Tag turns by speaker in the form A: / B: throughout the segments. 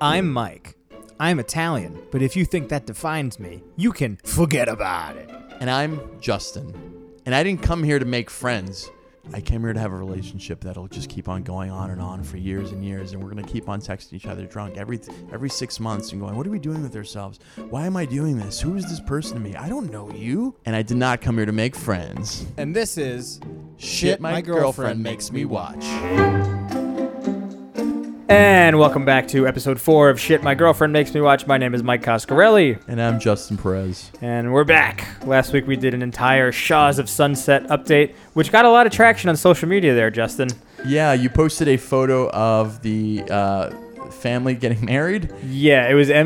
A: I'm Mike. I'm Italian, but if you think that defines me, you can forget about it.
B: And I'm Justin. And I didn't come here to make friends. I came here to have a relationship that'll just keep on going on and on for years and years, and we're gonna keep on texting each other drunk every every six months and going, "What are we doing with ourselves? Why am I doing this? Who is this person to me? I don't know you." And I did not come here to make friends.
A: And this is
B: Shit, my, girlfriend makes me watch.
C: And welcome back to episode four of Shit My Girlfriend Makes Me Watch. My name is Mike Coscarelli,
B: And I'm Justin Perez.
C: and we're back. Last week we did an entire Shaws of Sunset update, which got a lot of traction on social media there, Justin.
B: Yeah, you posted a photo of the uh, family getting married,
C: Yeah, it was MJ.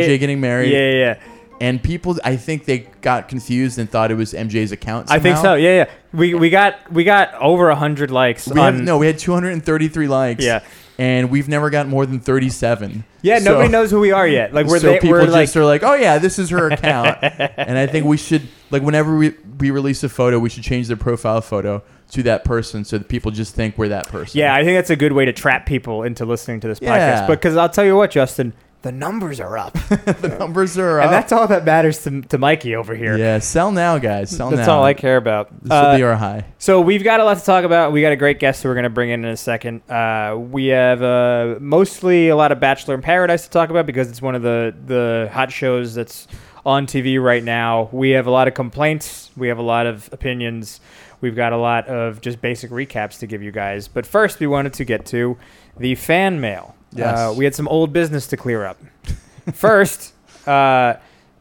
B: of MJ getting married,
C: Yeah, yeah, yeah.
B: and people. I think they got confused and thought it was MJ's account.
C: I think
B: somehow.
C: so. Yeah, yeah. We, we got we got over hundred likes
B: We
C: on
B: had, no, we had 233 likes.
C: Yeah.
B: And we've never got more than 37.
C: Yeah,
B: So-
C: nobody knows who we are yet. Like we're
B: so
C: they,
B: people
C: we're
B: just
C: like
B: are like, oh yeah, this is her account. and I think we should like whenever we, we release a photo, we should change the profile photo to that person so that people just think we're that person.
C: yeah. I think that's a good way to trap people into listening to this
B: Yeah.
C: podcast. But because I'll tell you what, Justin,
A: The numbers are up.
B: the numbers are
C: and
B: up.
C: that's all that matters to, to Mikey over here.
B: yeah, sell now, guys. Sell
C: That's
B: now.
C: all I care about.
B: This
C: Uh,
B: will be our high.
C: So we've got a lot to talk about. We got a great guest who we're going to bring in in a second. Uh, we have uh, mostly a lot of Bachelor in Paradise to talk about because it's one of the the hot shows that's on TV right now. We have a lot of complaints. We have a lot of opinions. We've got a lot of just basic recaps to give you guys. But first, we wanted to get to the fan mail.
B: Yes.
C: Uh, we had some old business to clear up. First, uh,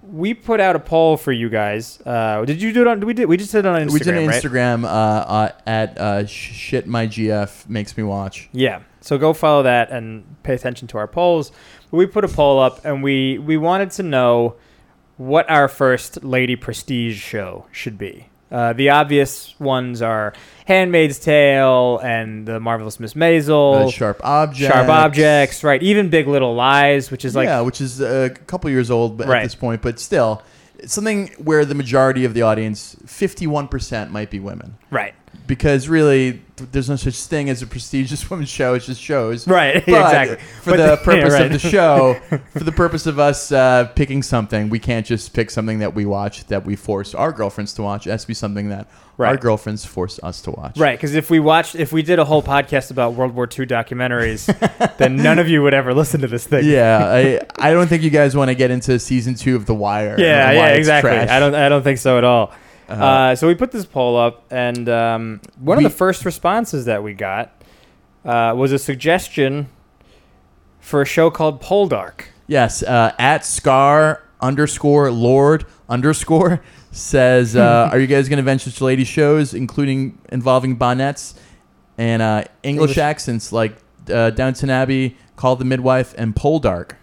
C: we put out a poll for you guys. Uh, did you do it on? We did. We just did it on Instagram.
B: we did an
C: right?
B: Instagram uh, uh, at uh, sh- shit my GF makes me watch.
C: Yeah. So go follow that and pay attention to our polls. We put a poll up and we we wanted to know what our first lady prestige show should be. Uh, the obvious ones are Handmaid's Tale and The Marvelous Miss Maisel,
B: Uh, sharp objects.
C: Sharp Objects, right? Even Big Little Lies, which is like
B: yeah, which is uh, a couple years old b-
C: Right.
B: at this point, but still it's something where the majority of the audience, fifty-one percent, might be women.
C: right,
B: because really th- there's no such thing as a prestigious women's show it's just shows
C: right,
B: But
C: exactly.
B: for
C: But
B: the
C: yeah,
B: purpose
C: right.
B: of the show for the purpose of us uh, picking something we can't just pick something that we watch that we force our girlfriends to watch it has to be something that our
C: Right.
B: girlfriends force us to watch
C: Right, because if we watched, if we did a whole podcast about World War II documentaries, then none of you would ever listen to this thing.
B: yeah I, I don't think you guys want to get into season two of the wire
C: yeah,
B: and why
C: yeah,
B: it's
C: exactly.
B: trash.
C: I don't, I don't think so at all. Uh,
B: Uh-huh.
C: so we put this poll up, and um, one
B: We-
C: of the first responses that we got uh, was a suggestion for a show called Poldark.
B: Yes, uh, at Scar underscore Lord underscore says,
C: Hmm.
B: uh, "Are you guys going to venture to lady shows, including involving bonnets and uh, English,
C: English-
B: accents like uh, Downton Abbey, Call the Midwife, and Poldark?"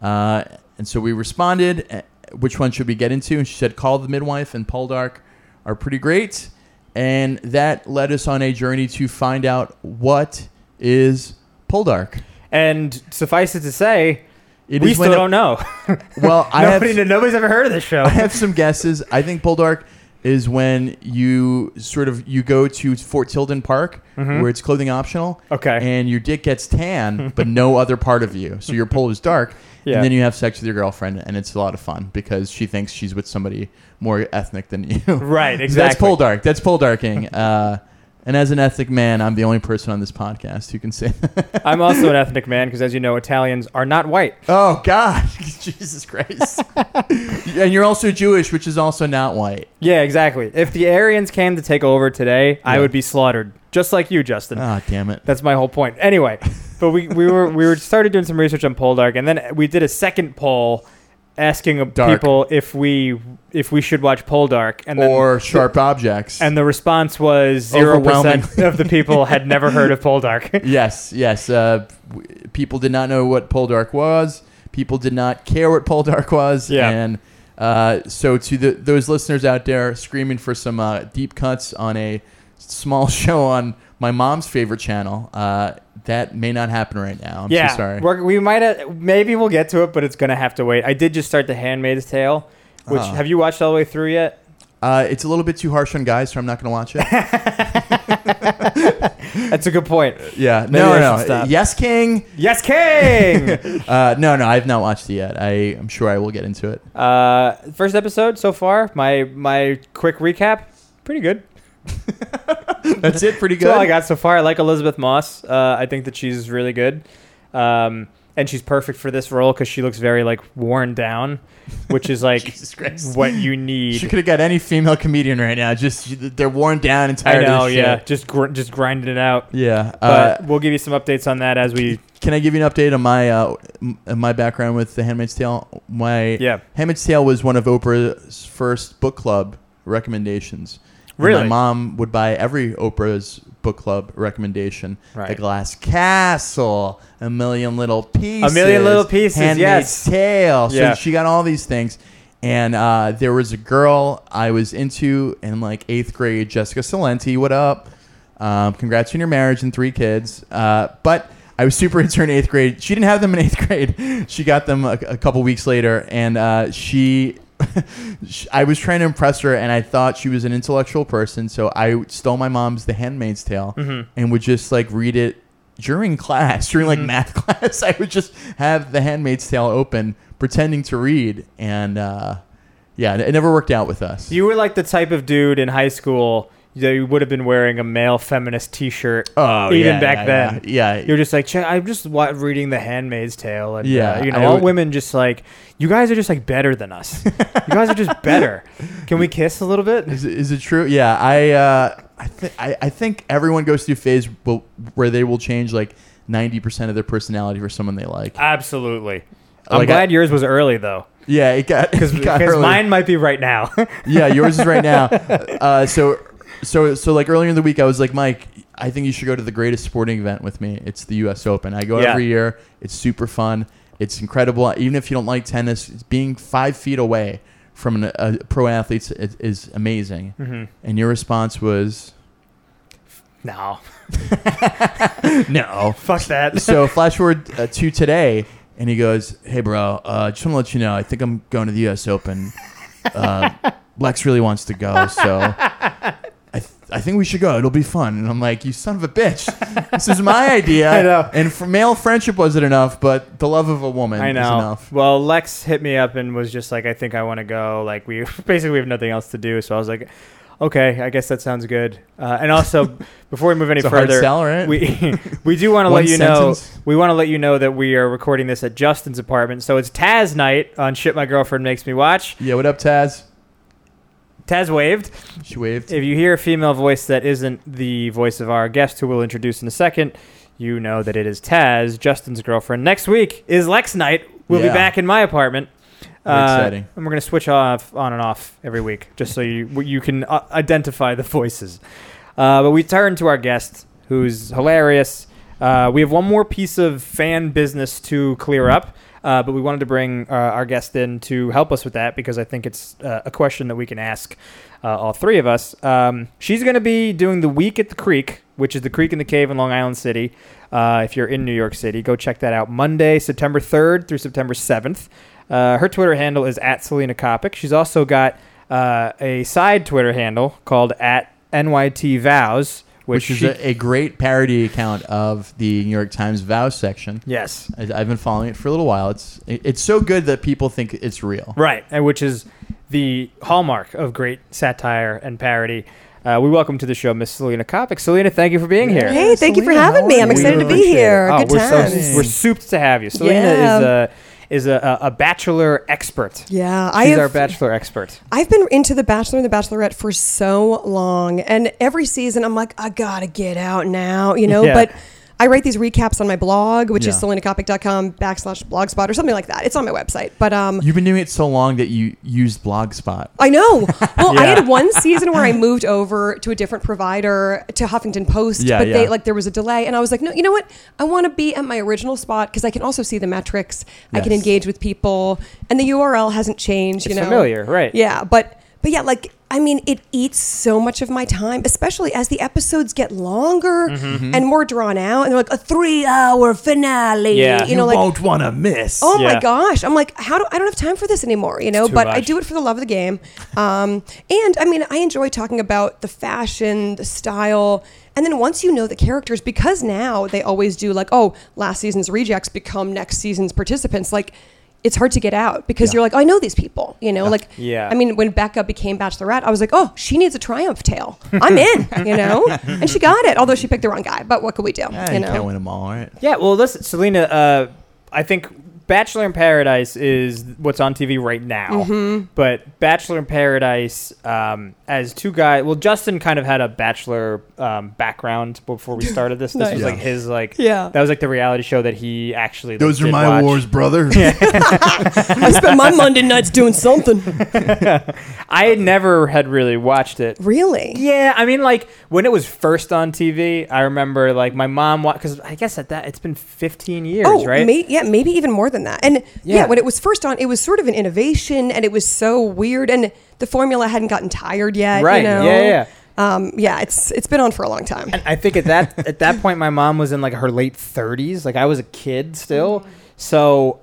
B: Uh, and so we responded, eh, "Which one should we get into?" And she said, "Call the Midwife and Poldark are pretty great." And that led us on a journey to find out what is Poldark.
C: And suffice it to say,
B: It
C: we
B: is
C: still
B: when a-
C: don't know.
B: Well, I have
C: Nobody, nobody's ever heard of this show.
B: I have some guesses. I think Poldark is when you sort of you go to Fort Tilden Park where it's clothing optional.
C: Mm-hmm. Okay.
B: And your dick gets tan, but no other part of you. So your pole is dark.
C: Yeah.
B: And then you have sex with your girlfriend, and it's a lot of fun because she thinks she's with somebody more ethnic than you.
C: Right,
B: So that's
C: exactly.
B: pole dark. That's pole darking. Uh, and as an ethnic man, I'm the only person on this podcast who can say that.
C: I'm also an ethnic man because, as you know, Italians are not white.
B: Oh, God. Jesus Christ. and you're also Jewish, which is also not white.
C: Yeah, exactly. If the Aryans came to take over today, I
B: Yeah.
C: would be slaughtered, just like you, Justin.
B: Ah, damn it.
C: That's my whole point. Anyway, but we, we were we were started doing some research on Poldark, and then we did a second poll asking
B: Dark.
C: people if we if we should watch Poldark, and then,
B: or sharp objects.
C: and the response was zero percent
B: Overwhelmingly.
C: of the people had never heard of Poldark.
B: yes, yes. Uh, w- people did not know what Poldark was. People did not care what Poldark was.
C: Yeah.
B: And uh, so, to the, those listeners out there screaming for some uh, deep cuts on a small show on my mom's favorite channel, uh, that may not happen right now. I'm
C: yeah,
B: so sorry.
C: We're, we might have, maybe we'll get to it, but it's gonna have to wait. I did just start The Handmaid's Tale, which
B: Ah.
C: have you watched all the way through yet?
B: Uh, it's a little bit too harsh on guys, so I'm not going to watch it.
C: That's a good point.
B: Yeah.
C: Maybe
B: No,
C: I
B: no.
C: should stop.
B: Yes, King.
C: Yes, King.
B: Uh, no, no. I've not watched it yet. I, I'm sure I will get into it.
C: uh, first episode so far. My my quick recap. Pretty good.
B: That's it. Pretty good.
C: That's all I got so far. I like Elizabeth Moss. Uh, I think that she's really good, um, and she's perfect for this role because she looks very like worn down, which is like
B: Jesus Christ.
C: what you need.
B: She could have got any female comedian right now. Just they're worn down and
C: I
B: tired.
C: know,
B: of this
C: yeah.
B: shit.
C: Just gr- just grinding it out.
B: yeah. Uh,
C: But we'll give you some updates on that as we.
B: can I give you an update on my uh, m- my background with The Handmaid's Tale? My
C: Yeah.
B: Handmaid's Tale was one of Oprah's first book club recommendations. And
C: Really?
B: my mom would buy every Oprah's book club recommendation. The
C: Right.
B: Glass Castle, A Million Little Pieces,
C: Little Pieces,
B: Handmaid's
C: yes.
B: Tale. So
C: Yeah.
B: she got all these things. And uh, there was a girl I was into in like eighth grade, Jessica Salenti. What up? Um, congrats on your marriage and three kids. Uh, but I was super into her in eighth grade. She didn't have them in eighth grade. She got them a, a couple weeks later, and uh, she, she. I was trying to impress her, and I thought she was an intellectual person, so I stole my mom's The Handmaid's Tale
C: Mm-hmm.
B: and would just like read it during class, during like math class. I would just have The Handmaid's Tale open, pretending to read, and uh, yeah, it it never worked out with us.
C: You were like the type of dude in high school that you would have been wearing a male feminist T-shirt. even
B: Oh, yeah,
C: back
B: yeah,
C: then.
B: yeah, yeah.
C: You're just like, "Check- I'm just wa- reading The Handmaid's Tale, and yeah,
B: Yeah,
C: you know,
B: I
C: all
B: would-
C: women just like, you guys are just like better than us. you guys are just better. Can we kiss a little bit?
B: Is it, is it true? Yeah, I uh, I, th- I I think everyone goes through a phase w- where they will change like ninety percent of their personality for someone they like.
C: Absolutely. I'm
B: Like, I-
C: glad yours was early though,
B: Yeah, it got
C: because
B: it got early.
C: mine might be right now.
B: Yeah, yours is right now. Uh, so so so like earlier in the week, I was like, Mike, I think you should go to the greatest sporting event with me. It's the U.S. Open. I go
C: Yeah.
B: every year. It's super fun. It's incredible. Even if you don't like tennis, it's being five feet away from an, a pro athlete is, is amazing.
C: Mm-hmm.
B: And your response was.
C: no,
B: No,
C: fuck that.
B: so flash forward uh, to today, and he goes, "Hey, bro, uh, just want to let you know, I think I'm going to the U.S. Open. Uh, Lex really wants to go, so I, th- I think we should go. It'll be fun." And I'm like, "You son of a bitch! This is my idea.
C: I know.
B: And for male friendship wasn't enough, but the love of a woman
C: I
B: is
C: know.
B: enough."
C: Well, Lex hit me up and was just like, "I think I want to go." Like we basically we have nothing else to do, so I was like, "Okay, I guess that sounds good." Uh, and also, before we move any
B: It's a hard
C: further,
B: sell, right?
C: we we do want to
B: One
C: let you
B: sentence.
C: know we want to let you know that we are recording this at Justin's apartment, so it's Taz night on shit my girlfriend makes me watch.
B: yeah, what up, Taz?
C: Taz waved.
B: She waved.
C: If you hear a female voice that isn't the voice of our guest, who we'll introduce in a second, you know that it is Taz, Justin's girlfriend. Next week is Lex night. We'll
B: Yeah.
C: be back in my apartment. Uh,
B: Very exciting.
C: And we're going to switch off on and off every week, just so you you can uh, identify the voices. Uh, but we turn to our guest, who's hilarious. Uh, we have one more piece of fan business to clear up, uh, but we wanted to bring uh, our guest in to help us with that because I think it's uh, a question that we can ask uh, all three of us. Um, she's going to be doing the week at the Creek, which is the Creek in the Cave in Long Island City. Uh, if you're in New York City, go check that out Monday, September 3rd through September 7th. Uh, her Twitter handle is at Selena Kopic. She's also got uh, a side Twitter handle called at NYT Vows, which,
B: which is
C: she-
B: a, a great parody account of the New York Times vow section.
C: yes,
B: I, I've been following it for a little while. It's it- it's so good that people think it's real.
C: right, and which is the hallmark of great satire and parody. Uh, we welcome to the show Miss Selena Kopic. Selena, thank you for being here.
D: Hey, thank you for
B: Selena,
D: having
B: how
D: me.
B: are
D: I'm
B: you?
D: excited to be
C: Appreciate it.
D: here.
C: Oh,
D: Good
C: we're
D: times.
C: So, we're souped to have you. Selena
D: Yeah.
C: is a is a, a bachelor expert.
D: yeah, I
C: She's our
D: have,
C: bachelor expert.
D: I've been into The Bachelor and The Bachelorette for so long, and every season I'm like, I gotta get out now, you know.
C: Yeah.
D: But I write these recaps on my blog, which is
B: Yeah.
D: selenacopic.com backslash blogspot or something like that. It's on my website, but um,
B: You've been doing it so long that you used Blogspot.
D: I know. Well, I
C: Yeah.
D: had one season where I moved over to a different provider to Huffington Post,
B: Yeah,
D: but they
B: yeah.
D: like there was a delay, and I was like, no, you know what? I want to be at my original spot because I can also see the metrics, I can
B: Yes.
D: engage with people, and the URL hasn't changed. You
C: It's
D: know,
C: familiar, right.
D: Yeah, but but yeah, like I I mean, it eats so much of my time, especially as the episodes get longer
C: Mm-hmm.
D: and more drawn out. And they're like a three-hour finale.
C: Yeah.
D: you know, like
A: won't want to miss.
D: Oh
C: Yeah.
D: my gosh! I'm like, how do I don't have time for this anymore? You know,
C: too
D: but I
C: much.
D: do it for the love of the game. Um, and I mean, I enjoy talking about the fashion, the style, and then once you know the characters, because now they always do like, oh, last season's rejects become next season's participants. Like, it's hard to get out because you're like, oh, I know these people. You know, like,
C: Yeah.
D: I mean, when Becca became Bachelorette, I was like, oh, she needs a triumph tale. I'm in. you know, and she got it. Although she picked the wrong guy, but what could we do?
B: Eh,
D: you
B: you
D: know,
B: can't win them all, right?
C: Yeah, well, listen, Selena. Uh, I think Bachelor in Paradise is what's on TV right now.
D: Mm-hmm.
C: But Bachelor in Paradise, um, as two guys, well, Justin kind of had a Bachelor um, background before we started this. This
D: Nice.
C: was
B: Yeah.
C: like his like
D: Yeah.
C: that was like the reality show that he actually like,
B: Those are
C: did
B: my
C: watch.
B: wars, brother.
D: I spent my Monday nights doing something.
C: I had never had really watched it.
D: Really?
C: Yeah, I mean, like when it was first on TV, I remember like my mom because I guess at that it's been 15 years, right?
D: Oh, may- yeah, maybe even more than that. And yeah.
C: Yeah.
D: when it was first on, it was sort of an innovation, and it was so weird, and the formula hadn't gotten tired yet.
C: Right,
D: You know?
C: yeah, yeah.
D: Um, yeah, it's it's been on for a long time.
C: I think at that at that point my mom was in like her late 30s, like I was a kid still.
B: Mm-hmm.
C: So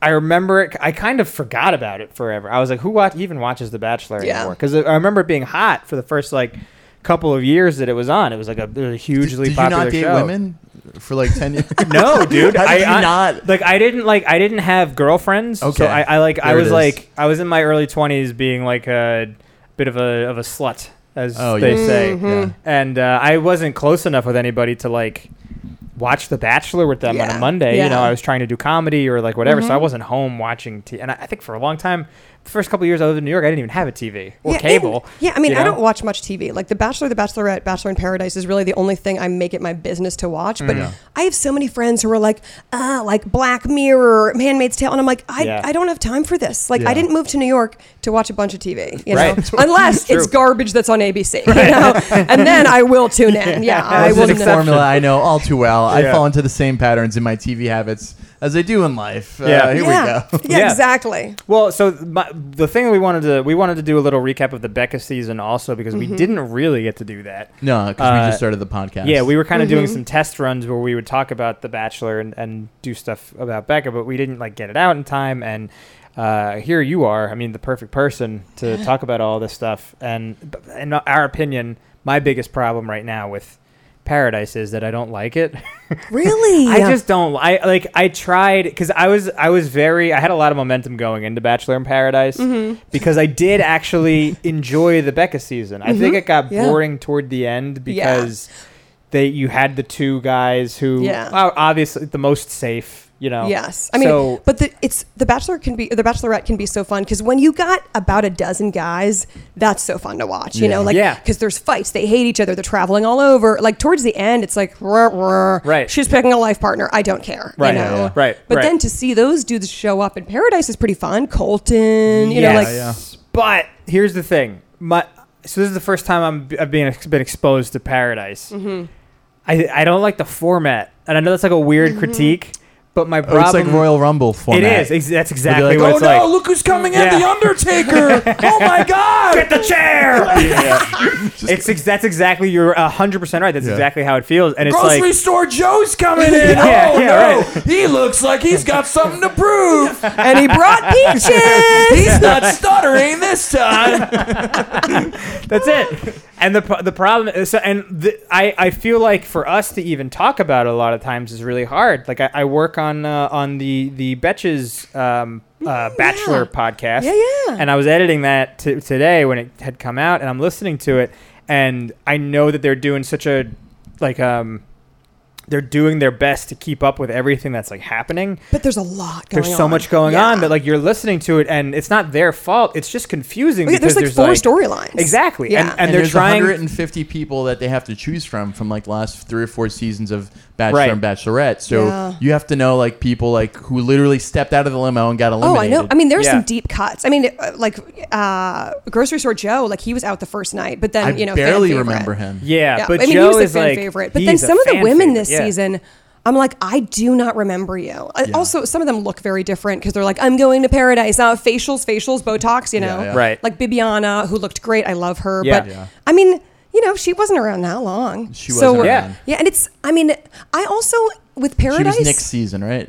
C: I remember it I kind of forgot about it forever. I was like who watch, even watches The Bachelor
D: Yeah.
C: anymore? Cuz I remember it being hot for the first like couple of years that it was on. It was like a, it was a hugely
B: Did you
C: popular
B: not date
C: show.
B: women for like ten years?
C: No, dude.
B: How
C: I,
B: did you
C: I-
B: not?
C: like I didn't like I didn't have girlfriends.
B: Okay.
C: So I, I like I
B: There it
C: was
B: is.
C: like I was in my early 20s being like a bit of a of a slut as
B: Oh,
C: they
B: yeah.
C: say
B: Yeah.
C: and uh, I wasn't close enough with anybody to like watch The Bachelor with them on
D: Yeah,
C: a Monday.
D: yeah. Mm-hmm.
C: You know, I was trying to do comedy or like whatever, so I wasn't home watching. T- and I, I think for a long time, the first couple years I lived in New York, I didn't even have a TV or
D: yeah,
C: cable.
D: and- yeah, I mean,
C: you
D: I
C: know?
D: don't watch much TV. Like The Bachelor, The Bachelorette, Bachelor in Paradise is really the only thing I make it my business to watch. But I have so many friends who are like, ah, like Black Mirror, Handmaid's Tale, and I'm like, I,
C: Yeah.
D: I don't have time for this. Like, I
B: Yeah.
D: didn't move to New York to watch a bunch of TV, you
C: Right.
D: know, unless it's garbage that's on ABC, you know, and then I will tune in. Yeah, I
B: That's
D: will.
B: just a
D: Not.
B: formula I know all too well. I
C: Yeah.
B: fall into the same patterns in my TV habits as I do in life. Uh,
C: Yeah.
B: here
D: yeah.
B: we go.
D: yeah,
C: Yeah.
D: exactly.
C: Well, so my, the thing we wanted to we wanted to do a little recap of the Becca season also because
D: Mm-hmm.
C: we didn't really get to do that.
B: No, because we
C: Uh,
B: just started the podcast.
C: Yeah, we were kind of doing some test runs where we would talk about The Bachelor and, and do stuff about Becca, but we didn't like get it out in time. And uh, here you are. I mean, the perfect person to talk about all this stuff. And but in our opinion, my biggest problem right now with Paradise is that I don't like it.
D: Really?
C: I just don't. I like. I tried because I was. I was very. I had a lot of momentum going into Bachelor in Paradise
D: Mm-hmm.
C: because I did actually enjoy the Becca season. I think it got
D: Mm-hmm. Yeah.
C: boring toward the end because they you had the two guys who
D: Yeah.
C: are obviously the most safe. You know.
D: Yes, I mean,
C: So-
D: but the it's the Bachelor can be the Bachelorette can be so fun because when you got about a dozen guys, that's so fun to watch. You know, like
C: Yeah.
D: because there's fights, they hate each other, they're traveling all over. Like towards the end, it's like "Ruh, ruh,
C: Right.
D: She's picking a life partner. I don't care.
C: Right,
D: You know?
B: yeah, yeah.
C: Right,
D: But
C: right.
D: then to see those dudes show up in Paradise is pretty fun. Colton, you know, like
B: yeah.
C: But here's the thing. My so this is the first time I'm I've been been exposed to Paradise.
B: Mm-hmm.
C: I I don't like the format, and I know that's like a
B: Mm-hmm.
C: weird critique, but my
B: Oh,
C: problem
B: it's like Royal Rumble
C: It
B: format.
C: is. Ex- that's exactly
B: like,
C: what
B: "Oh
C: it's
B: no,
C: like.
B: look who's coming at
C: Yeah.
B: the Undertaker! oh my God!
C: Get the chair. it's ex- that's exactly you're hundred percent right. That's
B: Yeah.
C: exactly how it feels, and it's
E: Grocery
C: like
E: store Joe's coming in.
C: Yeah,
E: oh
C: yeah,
E: no,
C: right.
E: he looks like he's got something to prove.
D: and he brought peaches.
E: He's not stuttering this time.
C: that's it. And the pro- the problem is, so- and the, I I feel like for us to even talk about it a lot of times is really hard. Like I, I work on uh, on the the Betches um, uh, Bachelor podcast,
D: Yeah, yeah.
C: and I was editing that t- today when it had come out, and I'm listening to it, and I know that they're doing such a like um. They're doing their best to keep up with everything that's like happening,
D: but there's a lot. going
C: there's so
D: on.
C: much going
D: Yeah.
C: on that like you're listening to it and it's not their fault it's just confusing
D: Oh, Yeah,
C: because
D: there's like
C: there's
D: four
C: like
D: storylines.
C: exactly
D: Yeah.
C: and, and,
B: And,
C: they're
B: there's
C: trying
B: 150 people that they have to choose from from like the last three or four seasons of Bachelor
C: Right.
B: and Bachelorette. So
D: Yeah.
B: you have to know like people like who literally stepped out of the limo and got
D: Oh,
B: eliminated.
D: I know. I mean, there's
C: Yeah.
D: some deep cuts. I mean, uh, like uh, grocery store Joe, like he was out the first night, but then
B: I
D: you know, fan
B: barely
D: favorite.
B: remember him.
C: yeah,
D: Yeah,
C: but
D: I mean,
C: Joe
D: he was
C: is
D: a fan
C: like
D: favorite. But
C: he's
D: then
C: a
D: some of the
C: fan
D: women
C: favorite,
D: this
C: yeah.
D: season, I'm like, I do not remember you. I- Also, some of them look very different because they're like, I'm going to paradise. Uh, facials, facials, Botox, you know?
B: yeah.
C: Right.
D: Like Bibiana, who looked great. I love her.
C: Yeah.
D: But
C: Yeah.
D: I mean, you know, she wasn't around that long.
B: She wasn't
C: Yeah.
B: around.
D: Yeah. And it's, I mean, I also, with
B: She
D: paradise.
B: was Nick's season, right?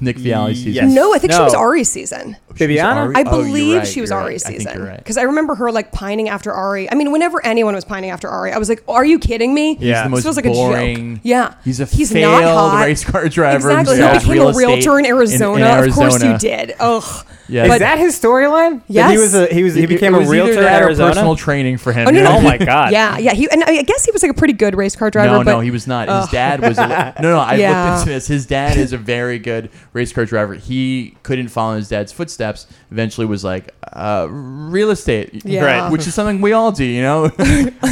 B: Nick Vialli's season.
C: Yes.
D: No, I think she
C: No.
D: was Ari's season.
B: She was
C: Bibiana?
B: Ari-
D: I
B: Oh, you're
D: believe
B: right,
D: she was
B: you're right.
D: Ari's
B: I think
D: season
B: you're right.
D: because I remember her like pining after Ari. I mean, whenever anyone was pining after Ari, I was like, "Are you kidding me?"
B: He's
C: Yeah.
B: the
D: This
B: most
D: feels like a joke.
B: boring.
D: Yeah.
B: he's a
D: He's
B: failed
D: not hot.
B: race car driver.
D: exactly.
B: who
D: He
B: sells
D: became
B: real
D: a realtor in
B: estate
D: Arizona. Of course, you
B: Arizona.
D: did. Ugh.
B: Yeah.
C: Is
B: But-
C: that his storyline? That He
D: Yes.
C: was a, he was he
B: It-
C: became
B: it
C: a
B: was either
C: realtor in
B: that or
C: Arizona.
B: Personal training for him.
D: Oh, no, no.
C: Oh my god.
D: Yeah, yeah. He and I I guess he was like a pretty good race car driver.
B: No,
D: but Oh.
B: no, he was not. His dad was. A, no, no, I
D: Yeah.
B: looked into this. His dad is a very good race car driver. He couldn't follow his dad's footsteps. Eventually, was like uh, real estate,
D: Yeah. Right.
B: Which is something we all do, you know.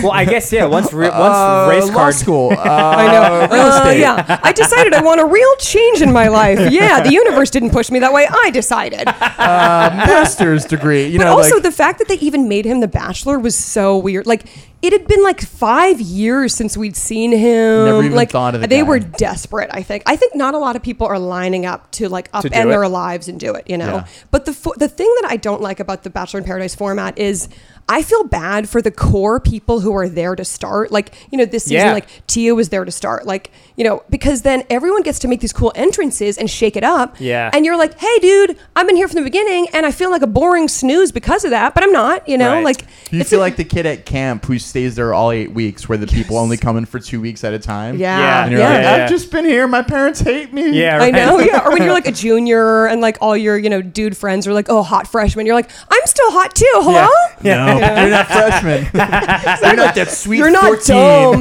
C: Well, I guess yeah. Once re- once
B: Uh,
C: race
B: law
C: car
B: school.
D: I know.
B: uh, real
D: Uh,
B: estate.
D: yeah, I decided I want a real change in my life. Yeah, the universe didn't push me that way. I decided.
B: Uh, master's degree. You
D: but
B: know,
D: also
B: like,
D: the fact that they even made him the bachelor was so weird like it had been like five years since we'd seen him
B: Never even
D: like
B: thought of the
D: they
B: guy.
D: were desperate i think i think not a lot of people are lining up to like upend
C: do it.
D: their lives and do it you know
B: Yeah.
D: but the fo- the thing that i don't like about the bachelor in paradise format is I feel bad for the core people who are there to start. Like, you know, this season,
C: Yeah.
D: like Tia was there to start. Like, you know, because then everyone gets to make these cool entrances and shake it up.
C: Yeah.
D: And you're like, hey, dude, I've been here from the beginning and I feel like a boring snooze because of that, but I'm not, you know?
C: Right.
D: Like,
B: Do you
D: it's
B: feel
D: a-
B: like the kid at camp who stays there all eight weeks, where the people only come in for two weeks at a time?
D: Yeah.
B: And you're
D: Yeah.
B: like,
C: Yeah, yeah.
B: I've just been here. My parents hate me.
C: Yeah,
D: I
C: right.
D: know, yeah. Or when you're like a junior and like all your, you know, dude friends are like, oh, hot freshman. You're like, I'm still hot too. Hello?
B: No, you're not freshmen. You're not that sweet.
D: You're not
B: 14.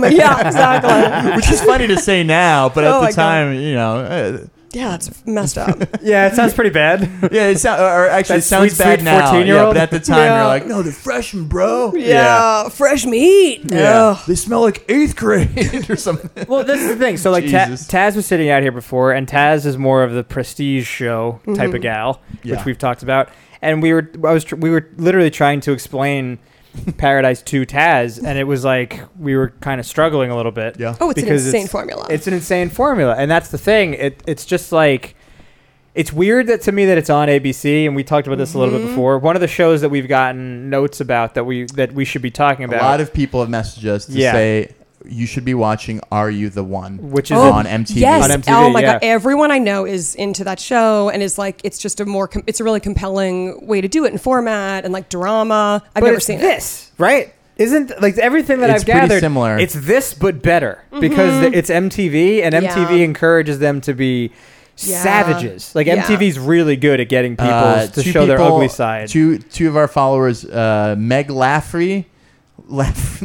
D: dumb. Yeah, exactly.
B: which is funny to say now, but at
D: Oh my
B: the
D: God.
B: time, you know, uh,
D: Yeah, it's messed up.
C: Yeah, it sounds pretty bad.
B: yeah, it sounds or actually
C: That
B: it sounds
C: sweet,
B: bad
C: sweet
B: now. Yeah,
C: 14-year-old?
B: but at the time,
D: Yeah.
B: you're like, no, they're freshmen, bro.
D: Yeah, fresh meat.
B: Yeah.
D: Ugh.
B: they smell like eighth grade or something.
C: Well, that's the thing. So like Ta-
B: Jesus.
C: Taz was sitting out here before, and Taz is more of the prestige show type
D: Mm-hmm.
C: of gal,
B: Yeah.
C: which we've talked about. And we were I was tr- we were literally trying to explain Paradise to Taz, and it was like we were kind of struggling a little bit.
B: Yeah.
D: Oh, it's an
C: Because
D: insane formula.
C: It's an insane formula, and that's the thing. It, it's just like it's weird that to me that it's on ABC, and we talked about this a little bit
D: Mm-hmm.
C: before. One of the shows that we've gotten notes about that we that we should be talking
B: A
C: about.
B: lot of people have messaged us to
C: Yeah.
B: say you should be watching "Are You the One,"
C: Which is
D: Oh,
B: on MTV.
D: Yes.
C: On MTV,
D: oh my
C: yeah.
D: god, everyone I know is into that show and is like, it's just a more, com- it's a really compelling way to do it in format and like drama. I've
C: but
D: never
C: it's
D: seen it.
C: this, right? Isn't like everything that
B: It's
C: I've
B: pretty
C: gathered
B: similar.
C: It's this, but better because th- it's MTV, and MTV
D: Mm-hmm. Yeah.
C: encourages them to be
D: Yeah.
C: savages. Like
D: Yeah.
C: MTV's really good at getting people
B: Uh,
C: to
B: two
C: show their
B: people-
C: ugly side.
B: Two two of our followers, uh, Meg Laffrey. Laff,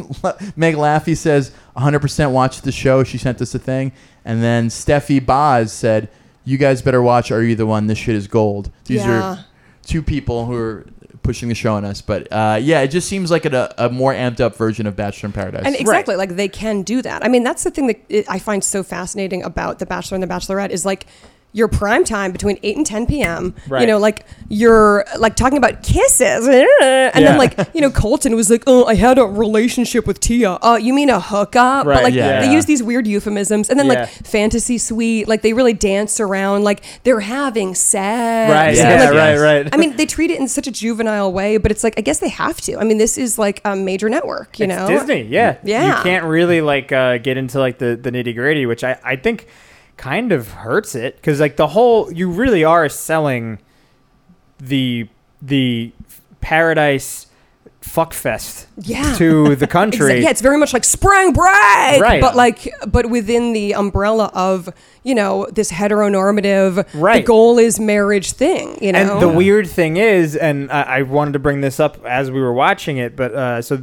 B: Meg Laffey says 100% watch the show. She sent us a thing. And then Steffi Boz said, You guys better watch Are You the One? This shit is gold. These
D: Yeah.
B: are two people who are pushing the show on us. But uh, yeah, it just seems like a, a more amped up version of Bachelor in Paradise.
D: And exactly, like they can do that. I mean, that's the thing that it, I find so fascinating about The Bachelor and The Bachelorette is like your prime time between 8 and 10 p.m. You
C: Right.
D: know, like you're like talking about kisses. And then,
C: Yeah.
D: like, you know, Colton was like, oh, I had a relationship with Tia. Oh, you mean a hookup? But
C: Right,
D: like
B: yeah.
D: they use these weird euphemisms. And then,
C: Yeah.
D: like, fantasy suite, like they really dance around, like they're having sex.
C: right?
D: you
B: Yeah.
D: know,
C: Yeah,
D: like,
B: Yes.
C: right, right.
D: I mean, they treat it in such a juvenile way, but it's like I guess they have to. I mean, this is like a major network, you
C: It's
D: know.
C: Disney, yeah,
D: Yeah.
C: You can't really like uh, get into like the the nitty gritty, which I I think kind of hurts it because like the whole you really are selling the the paradise fuckfest
D: Yeah.
C: to the country.
D: Exa- Yeah, it's very much like spring break,
C: Right.
D: but like, but within the umbrella of you know this heteronormative,
C: Right.
D: The goal is marriage thing, you know.
C: And the weird thing is, and I, I wanted to bring this up as we were watching it, but uh, so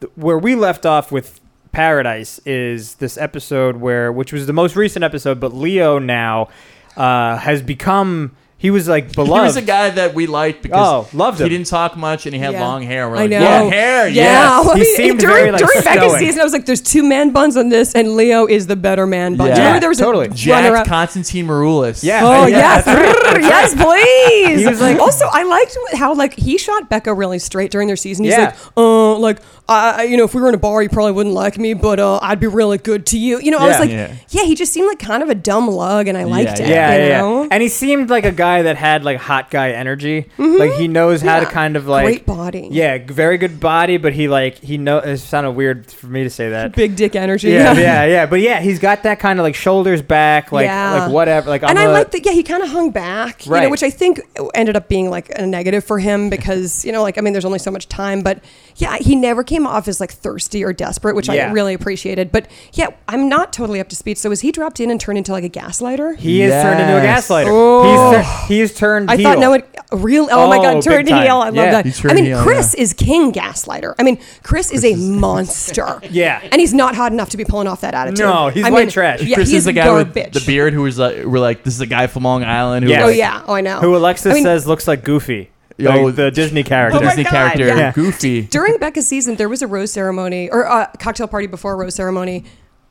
C: th- where we left off with Paradise is this episode where, which was the most recent episode, but Leo now uh, has become He was like beloved.
B: He was a guy that we liked because
C: Oh, loved
B: he
C: him.
B: didn't talk much and he had
D: Yeah.
B: long hair. We're
D: I
B: like,
D: know.
B: Long hair, yes.
D: I
C: He
D: mean,
C: seemed
D: during,
C: very, like,
D: during Becca's
C: stoic.
D: season, I was like, "There's two man buns on this, and Leo is the better man bun." Do you
B: Yeah.
D: remember there was
C: Totally.
D: a runner
B: Jack
D: up?
B: Constantine Maroulis.
C: Yeah.
D: Oh yes,
C: that's right.
D: yes, please.
C: He was like-
D: also, I liked how like he shot Becca really straight during their season. He's
C: Yeah.
D: like, uh, like I, I- you know, if we were in a bar, you probably wouldn't like me, but uh, I'd be really good to you. You know, I was
C: Yeah.
D: like,
B: Yeah.
D: yeah. he just seemed like kind of a dumb lug, and I liked
B: Yeah,
D: it.
C: Yeah,
D: you
C: yeah,
D: know?
C: yeah. And he seemed like a guy that had like hot guy energy. Like he knows how to
D: Mm-hmm. Yeah.
C: kind of like
D: Great body.
C: Yeah, g- very good body, but he like he know. It sounded weird for me to say that.
D: Big dick energy.
C: Yeah, yeah, yeah. But yeah, he's got that kind of like shoulders back, like
D: Yeah.
C: like whatever. Like
D: and
C: I'm
D: I
C: a-
D: like that. Yeah, he kind of hung back, you know,
C: Right.
D: which I think ended up being like a negative for him because you know, like I mean, there's only so much time, but yeah, he never came off as like thirsty or desperate, which I
C: Yeah.
D: really appreciated. But yeah, I'm not totally up to speed. So is he dropped in and turned into like a gaslighter?
C: He is turned into a
B: Yes.
C: gaslighter.
D: Oh.
C: He's tur- he is turned.
D: I
C: heel.
D: thought no one real. Oh, my
C: Oh,
D: god,
C: big
D: turned
C: time.
D: heel. I
C: Yeah,
D: love
B: he
D: that.
B: turned
D: I mean,
B: heel,
D: Chris
B: yeah.
D: is king gaslighter. I mean, Chris is a monster.
C: Yeah.
D: and he's not hot enough to be pulling off that attitude.
C: No, he's
D: I
C: white trash.
D: Yeah,
B: Chris
D: he
B: is
D: is
B: the guy
D: garbage.
B: with the beard who was like, we're like, this is a guy from Long Island who
C: Yes.
D: Oh
B: like,
D: yeah, oh I know.
C: Who Alexis
D: I mean,
C: says looks like Goofy.
B: Yo,
C: like the Disney
B: the
C: character.
B: Disney
D: Oh God,
B: character,
D: yeah.
B: Goofy.
D: during Becca's season, there was a rose ceremony or a cocktail party before a rose ceremony.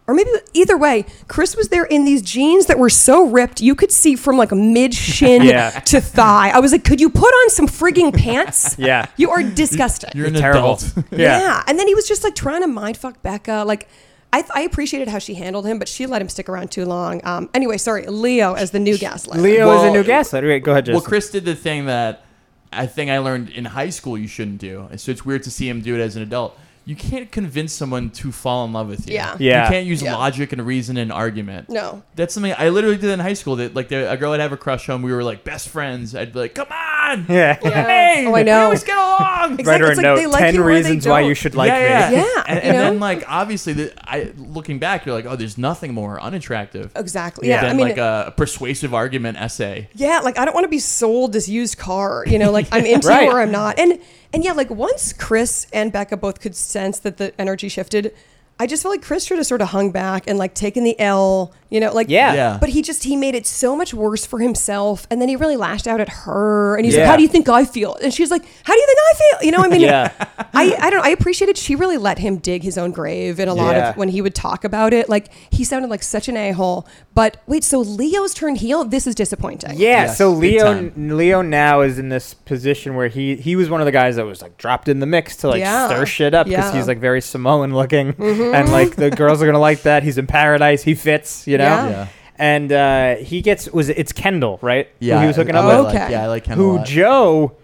D: Or maybe either way, Chris was there in these jeans that were so ripped you could see from like mid shin
C: Yeah.
D: to thigh. I was like, could you put on some frigging pants?
C: Yeah.
D: You are disgusting.
B: You're an
C: Terrible.
B: adult.
D: yeah.
C: yeah.
D: And then he was just like trying to mind fuck Becca. Like, I, I appreciated how she handled him, but she let him stick around too long. Um, anyway, sorry, Leo as the new gaslight.
C: Leo is
B: Well,
C: a new gaslighter. Wait, go ahead, Jason.
B: Well, Chris did the thing that I think I learned in high school you shouldn't do. And so it's weird to see him do it as an adult. You can't convince someone to fall in love with you.
D: Yeah.
C: Yeah.
B: You can't use
D: Yeah.
B: logic and reason and argument.
D: No.
B: That's something I literally did in high school. That like there, a girl would have a crush on. We were like best friends. I'd be like, come on.
C: Yeah.
B: Look at
D: Yeah.
B: me.
D: Oh, I know.
B: We always get along.
D: Exactly.
C: Write her a
D: It's like
C: note.
D: they like
C: Ten
D: you or they
C: reasons why
D: don't.
C: you should like
B: yeah,
C: me.
B: yeah.
D: Yeah,
B: And,
D: you
B: and then
D: know?
B: like obviously, the, I looking back, you're like, oh, there's nothing more unattractive.
D: Exactly. Oh, Yeah.
B: Than
D: I mean,
B: like a persuasive argument essay.
D: yeah like i don't want to be sold this used car you know like i'm into
C: Right.
D: you or i'm not and and yeah like once chris and becca both could sense that the energy shifted i just felt like chris should have sort of hung back and like taken the l you know like
C: Yeah.
B: Yeah.
D: but he just he made it so much worse for himself and then he really lashed out at her and he's like
C: Yeah.
D: how do you think i feel and she's like how do you think i feel you know i mean
C: Yeah.
D: I, I don't I appreciated she really let him dig his own grave in a lot
C: Yeah.
D: of when he would talk about it. Like he sounded like such an a-hole. But wait, so Leo's turned heel? This is disappointing.
C: Yeah,
B: Yes,
C: so
B: big
C: Leo
B: time.
C: Leo now is in this position where he he was one of the guys that was like dropped in the mix to like
D: Yeah.
C: stir shit up because
D: Yeah. Mm-hmm.
C: he's like very Samoan looking and like the girls are gonna like that. He's in paradise. He fits, you know.
D: Yeah.
B: Yeah.
C: And uh, he gets was it- it's Kendall right? Who he was hooking
B: I
C: up
B: like-
C: with.
D: Okay.
B: yeah, I like him. a
C: Who
B: lot.
C: Joe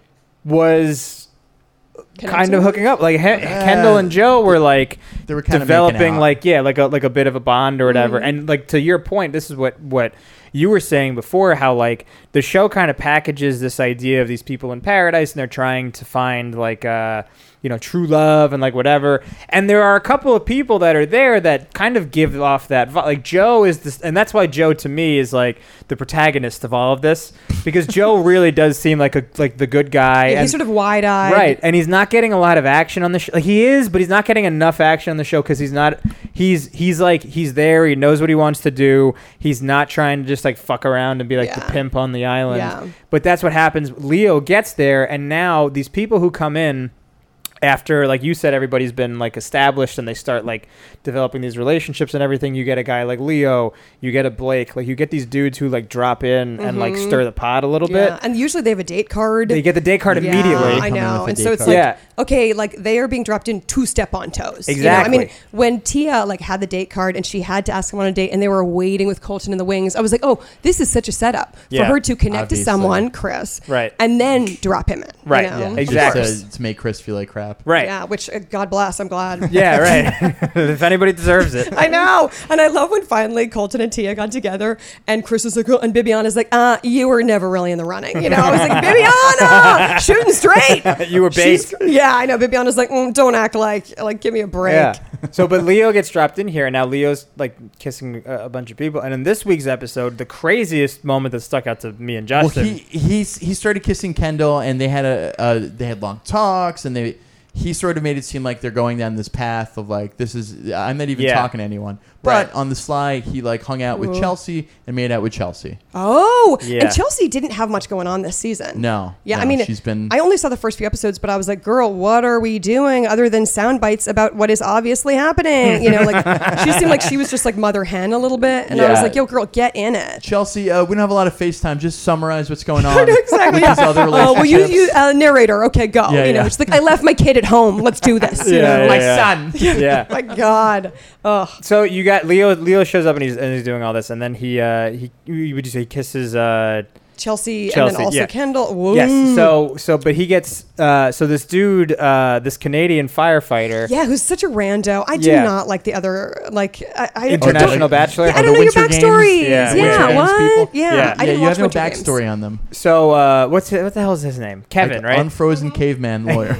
C: was kind of hooking up. Like
D: Uh,
C: he- Kendall and Joe were like
B: They were kinda making
C: developing
B: out.
C: like yeah, like a like a bit of a bond or whatever. And like to your point, this is what what you were saying before how like the show kind of packages this idea of these people in paradise and they're trying to find like uh you know true love and like whatever and there are a couple of people that are there that kind of give off that vi- like joe is this and that's why joe to me is like the protagonist of all of this because joe really does seem like a like the good guy
D: Yeah,
C: and,
D: he's sort of wide eyed.
C: right and he's not getting a lot of action on the show like he is but he's not getting enough action on the show because he's not he's he's like he's there he knows what he wants to do he's not trying to just like fuck around and be like
D: Yeah.
C: the pimp on the island
D: Yeah.
C: but that's what happens leo gets there and now these people who come in after like you said everybody's been like established and they start like developing these relationships and everything you get a guy like leo you get a blake like you get these dudes who like drop in and like stir the pot a little
D: Mm-hmm. Yeah.
C: bit
D: And usually they have a date card.
C: they get the day card
D: Yeah,
C: immediately
D: I
B: Come in
D: know.
B: with a
D: And
B: date
D: so it's
B: card.
D: like,
C: Yeah.
D: okay, like they are being dropped in two step on toes. you know?
C: Exactly.
D: I mean, when Tia like had the date card and she had to ask him on a date and they were waiting with Colton in the wings, I was like, oh, this is such a setup for
C: Yeah.
D: her to connect
B: Obviously.
D: to someone, Chris,
C: Right.
D: and then drop him in. you
C: Right,
D: know?
C: yeah,
D: Of
C: exactly.
D: course.
B: Just to, to make Chris feel like crap.
C: right
D: Yeah, which uh, God bless. I'm glad.
C: Yeah, right. if anybody deserves it.
D: I know. And I love when finally Colton and Tia got together and Chris is like, oh, and Bibiana's like, uh, you were never really in the running. You know, I was like, Bibiana, shooting straight.
C: You were
D: She's-
C: bait.
D: Yeah, I know. Bibiana's like, mm, don't act like, like, give me a break.
C: Yeah. So, but Leo gets dropped in here, and now Leo's like kissing a, a bunch of people. And in this week's episode, the craziest moment that stuck out to me and
B: Well,
C: Justin.
B: he he's he started kissing Kendall, and they had a uh, they had long talks, and they he sort of made it seem like they're going down this path of like this is I'm not even
C: Yeah.
B: talking to anyone. But
C: Right.
B: on the sly, he like hung out with Chelsea and made out with Chelsea.
D: Oh,
C: Yeah.
D: and Chelsea didn't have much going on this season.
B: No,
D: Yeah,
B: no,
D: I mean,
B: she's been-
D: I only saw the first few episodes, but I was like, "Girl, what are we doing other than sound bites about what is obviously happening?" You know, like she just seemed like she was just like mother hen a little bit, and I was
B: Yeah.
D: like, "Yo, girl, get in it."
B: Chelsea, uh, we don't have a lot of FaceTime. Just summarize what's going on
D: exactly.
B: with these other
D: Oh, well,
B: relationships.
D: you, you uh, narrator. Okay, go.
B: Yeah,
D: you know,
B: yeah.
D: she's like, "I left my kid at home. Let's do this." You know?
B: my
C: Yeah, yeah.
B: son.
C: yeah.
D: My God. Ugh.
C: So you got Leo. Leo shows up and he's and he's doing all this, and then he uh, he you- would you say he kisses uh,
D: Chelsea, and
C: Chelsea,
D: then also
C: yeah.
D: Kendall. Woo.
C: yes. So so but he gets uh, so this dude uh, this Canadian firefighter
D: yeah, who's such a rando. I do
C: Yeah.
D: not like the other like I, I
C: international
B: Oh, the-
C: bachelor.
D: Yeah, I
B: Or
D: don't
B: the
D: know your
B: Winter Games?
D: backstories.
C: Yeah,
D: Yeah,
C: Winter Games
D: what?
B: people.
D: Yeah,
C: Yeah.
D: I
B: yeah,
D: didn't
B: you
D: watch
B: have no
D: Winter Games.
B: backstory on them.
C: So uh, what's what the hell is his name? Kevin,
B: Like
C: right?
B: Unfrozen caveman lawyer.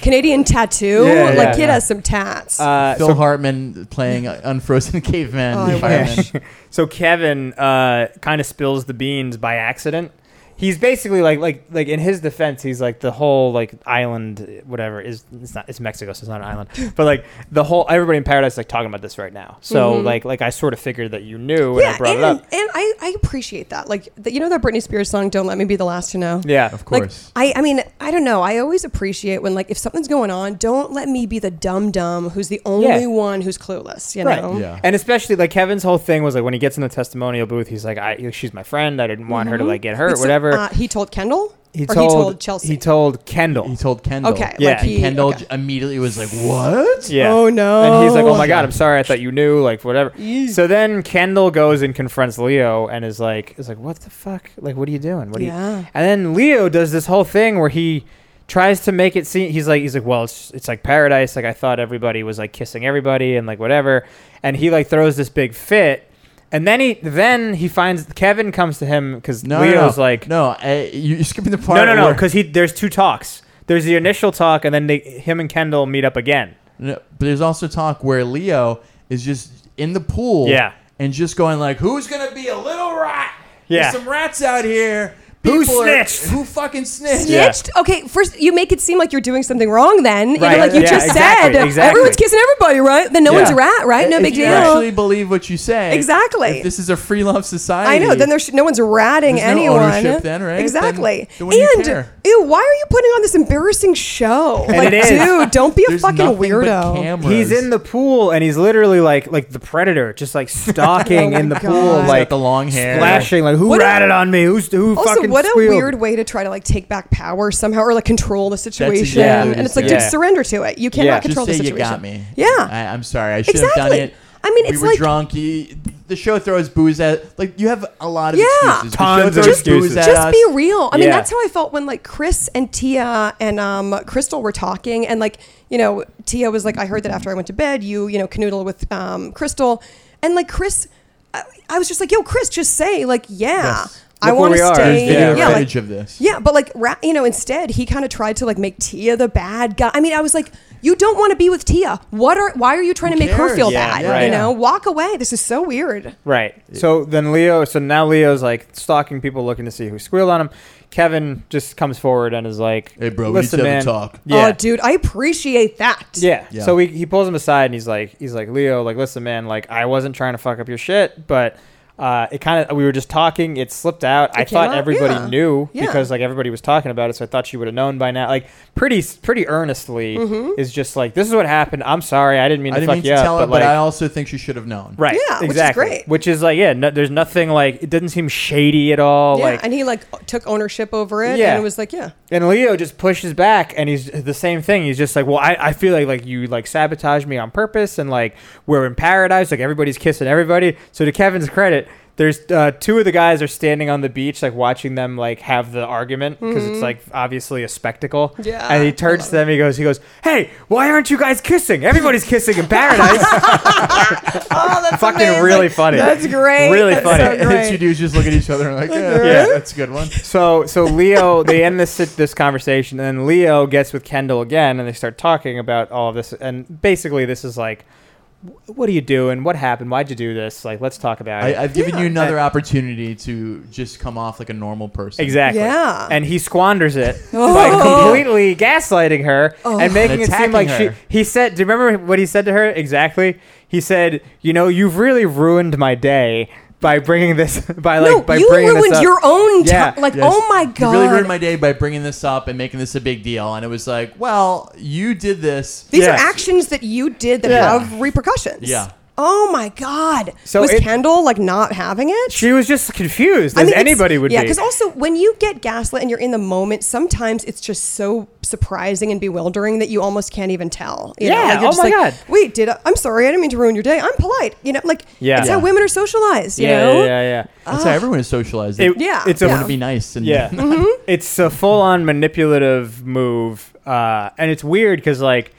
D: Canadian tattoo.
C: Yeah,
D: like
C: yeah,
D: kid
C: yeah.
D: has some tats.
C: uh,
B: Phil
C: so,
B: Hartman playing Unfrozen caveman.
D: Oh, I
B: fireman.
C: so Kevin uh, kind of spills the beans by accident. He's basically like like like in his defense, he's like the whole like island whatever is it's not it's Mexico, so it's not an island. But like the whole everybody in paradise is, like talking about this right now. So like like I sort of figured that you knew when
D: Mm-hmm. yeah,
C: I brought
D: and,
C: it up.
D: and I, I appreciate that. Like, the, you know that Britney Spears song, Don't Let Me Be the Last to Know?
C: Yeah,
B: Of
D: Like,
B: course.
D: I, I mean, I don't know. I always appreciate when, like, if something's going on, don't let me be the dumb dumb who's the only
C: Yeah.
D: one who's clueless, you
C: Right.
D: know?
B: Yeah.
C: And especially like Kevin's whole thing was like when he gets in the testimonial booth, he's like, I she's my friend. I didn't want
D: Mm-hmm.
C: her to like get hurt,
D: So,
C: whatever.
D: uh, he told Kendall?
C: he,
D: or
C: told,
D: he told Chelsea?
C: He told Kendall.
B: He told Kendall.
D: Okay,
C: Yeah.
D: like he,
B: Kendall
D: okay.
B: j- immediately was like, "What?
C: Yeah.
D: Oh, no.
C: And he's like, "Oh my god, I'm sorry. I thought you knew." Like whatever. So then Kendall goes and confronts Leo and is like, "Is like, what the fuck? Like, what are you doing? What are
D: Yeah.
C: you?" And then Leo does this whole thing where he tries to make it seem he's like he's like, "Well, it's it's like paradise. Like I thought everybody was like kissing everybody and like whatever." And he like throws this big fit. And then he then he finds Kevin comes to him because
B: No, no,
C: Leo's
B: no.
C: like
B: no, I, you- you're skipping the part.
C: no no no
B: where-
C: because he there's two talks there's the initial talk and then they him and Kendall meet up again
B: No, but there's also talk where Leo is just in the pool,
C: Yeah.
B: and just going like, "Who's gonna be a little rat?
C: Yeah.
B: There's some rats out here.
C: Who
B: People are-
C: snitched?
B: who fucking snitched?
C: Yeah.
D: Snitched? Okay, first you make it seem like you're doing something wrong. Then you know,
C: Right.
D: like you
C: Yeah,
D: just
C: exactly,
D: said,
C: exactly.
D: everyone's kissing everybody, right? Then no one's a
B: Yeah.
D: rat, right? No
B: If
D: big
B: you
D: deal.
B: actually believe what you say,
D: Exactly.
B: If this is a free love society,
D: I know. Then there's no one's ratting
B: There's no
D: anyone.
B: ownership then, right?
D: Exactly.
B: Then- then what do you
D: and
B: care?
D: ew, why are you putting on this embarrassing show? like,
C: it is.
D: dude, don't be a
B: there's
D: fucking
B: nothing but
D: weirdo.
B: cameras.
C: He's in the pool and he's literally like like the predator, just like stalking
D: Oh my
C: in the
D: God.
C: pool,
D: He's got
C: like
B: the long hair.
C: flashing, like who
D: What a-
C: ratted on me? Who's who
D: Also,
C: fucking
D: what a
C: squealed?
D: weird way to try to like take back power somehow or like control the situation.
B: yeah,
D: and it's like,
B: yeah.
D: dude, surrender to it. You cannot
C: Yeah. Just
D: control
B: just say
D: the
B: you
D: situation.
B: got me.
D: Yeah.
B: I, I'm sorry. I should have
D: Exactly.
B: done it.
D: I mean,
B: we
D: it's
B: were
D: like-
B: drunk. You, the show throws booze at like you have a lot of
D: Yeah.
B: excuses. The
C: Tons
B: show
C: of
B: throws
C: excuses.
B: booze at
D: just
B: us.
D: be real. I mean,
C: Yeah.
D: that's how I felt when like Chris and Tia and um, Crystal were talking, and like you know, Tia was like, "I heard that after I went to bed, you you know, canoodle with um, Crystal," and like Chris, I, I was just like, "Yo, Chris, just say like, yeah,
B: Yes.
D: I
C: Look where
D: want
C: we
D: to
C: are."
B: There's
D: stay."
B: video
D: yeah,
B: footage
D: like,
B: of this.
D: yeah, but like ra- you know, instead he kind of tried to like make Tia the bad guy. I mean, I was like, "You don't want to be with Tia. What are? Why are you trying to make her
B: cares?
D: feel
C: Yeah,
D: bad?
C: right.
D: You know, walk away. This is so weird."
C: Right. So then Leo, so now Leo's like stalking people, looking to see who squealed on him. Kevin just comes forward and is like,
B: Hey, bro, we need
C: listen,
B: to have a
C: man,
B: talk."
C: Yeah,
D: Oh, dude, I appreciate that.
C: Yeah.
B: Yeah.
C: So we, he pulls him aside and he's like, he's like, Leo, like, listen, man, like, I wasn't trying to fuck up your shit, but uh, it kind of, we were just talking. It slipped out. I
D: came
C: thought
D: up,
C: everybody
D: yeah.
C: knew
D: Yeah.
C: because like everybody was talking about it, so I thought you would have known by now. Like, pretty, pretty earnestly
D: Mm-hmm.
C: is just like, this is what happened. I'm sorry, I didn't mean
B: I
C: to
B: didn't
C: fuck
B: mean
C: you
B: to tell
C: up,
B: her,
C: but
B: but
C: like,
B: I also think she should have known.
C: right,
D: Yeah, which is
C: exactly,
D: great.
C: Which is like, yeah, no, there's nothing like, it doesn't seem shady at all.
D: Yeah,
C: like,
D: and he like took ownership over it,
C: Yeah.
D: and it was like, yeah,
C: And Leo just pushes back, and he's the same thing. He's just like, "Well, I, I feel like like you like sabotage me on purpose, and like we're in paradise, like everybody's kissing everybody." So to Kevin's credit, there's uh, two of the guys are standing on the beach, like watching them like have the argument because it's like obviously a spectacle.
D: Yeah.
C: And he turns to them, he goes, he goes, "Hey, why aren't you guys kissing? Everybody's kissing in paradise."
D: oh, that's
C: Fucking really funny.
D: That's great.
C: Really
D: That's
C: funny.
D: so
B: And
D: great.
B: the two dudes just look at each other and like, yeah,
C: Yeah.
B: that's a good one.
C: So so Leo, they end this this conversation, and then Leo gets with Kendall again, and they start talking about all of this. And basically, this is like what are you doing? What happened? Why'd you do this? Like, let's talk about
B: I,
C: it.
B: I've given
D: Yeah.
B: you another opportunity to just come off like a normal person.
C: Exactly.
D: Yeah. Oh.
C: And he squanders it by completely gaslighting her and making it
B: Attacking
C: seem like
B: her.
C: she. He said, "Do you remember what he said to her exactly?" He said, "You know, you've really ruined my day by bringing this by like
D: no,
C: by
D: you
C: bringing this
D: ruined
C: up."
D: your own. T-
C: Yeah,
D: like,
B: Yes.
D: oh my
B: You
D: god.
B: really ruined my day by bringing this up and making this a big deal. And it was like, well, you did this.
D: These
C: Yes.
D: are actions that you did that
C: Yeah.
D: have repercussions.
B: Yeah.
D: Oh my god.
C: So
D: was
C: it-
D: Kendall like not having it?
C: she was just confused, as
D: it's-
C: anybody would
D: yeah,
C: be.
D: because also when you get gaslit and you're in the moment, sometimes it's just so surprising and bewildering that you almost can't even tell. you know?
C: Yeah,
D: Like, you're
C: oh
D: just
C: my
D: like,
C: God.
D: Wait, did I, I'm sorry? I didn't mean to ruin your day. I'm polite. You know, like
C: Yeah.
D: it's
C: Yeah.
D: how women are socialized. You
C: yeah,
D: know.
C: yeah, yeah, yeah.
B: That's how everyone is socialized.
C: It-
B: They
D: Yeah,
C: it's a
D: yeah. Mm-hmm.
B: want to be nice. And
C: Yeah. It's a full on manipulative move. Uh, and it's weird because, like,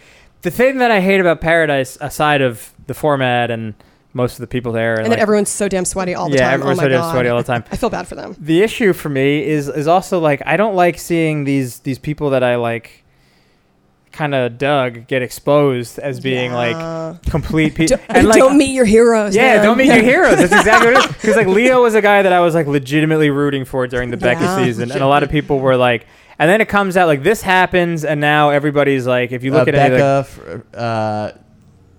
C: the thing that I hate about Paradise, aside of the format and most of the people there,
D: And
C: like,
D: then everyone's so damn sweaty all the
C: Yeah,
D: time.
C: everyone's
D: oh
C: so
D: my
C: damn
D: God.
C: sweaty all the time.
D: I feel bad for them.
C: the issue for me is is also like I don't like seeing these these people that I like kind of dug get exposed as being
D: Yeah.
C: like complete people
D: Don't, don't meet your heroes.
C: yeah,
D: man.
C: don't meet your heroes. That's exactly what it is. Because like Leo was a guy that I was like legitimately rooting for during the Becca
D: Yeah. Oh,
C: season, and a lot of people were like, and then it comes out like this happens, and now everybody's like, if you
B: uh,
C: look at it, like,
B: Becca f- uh,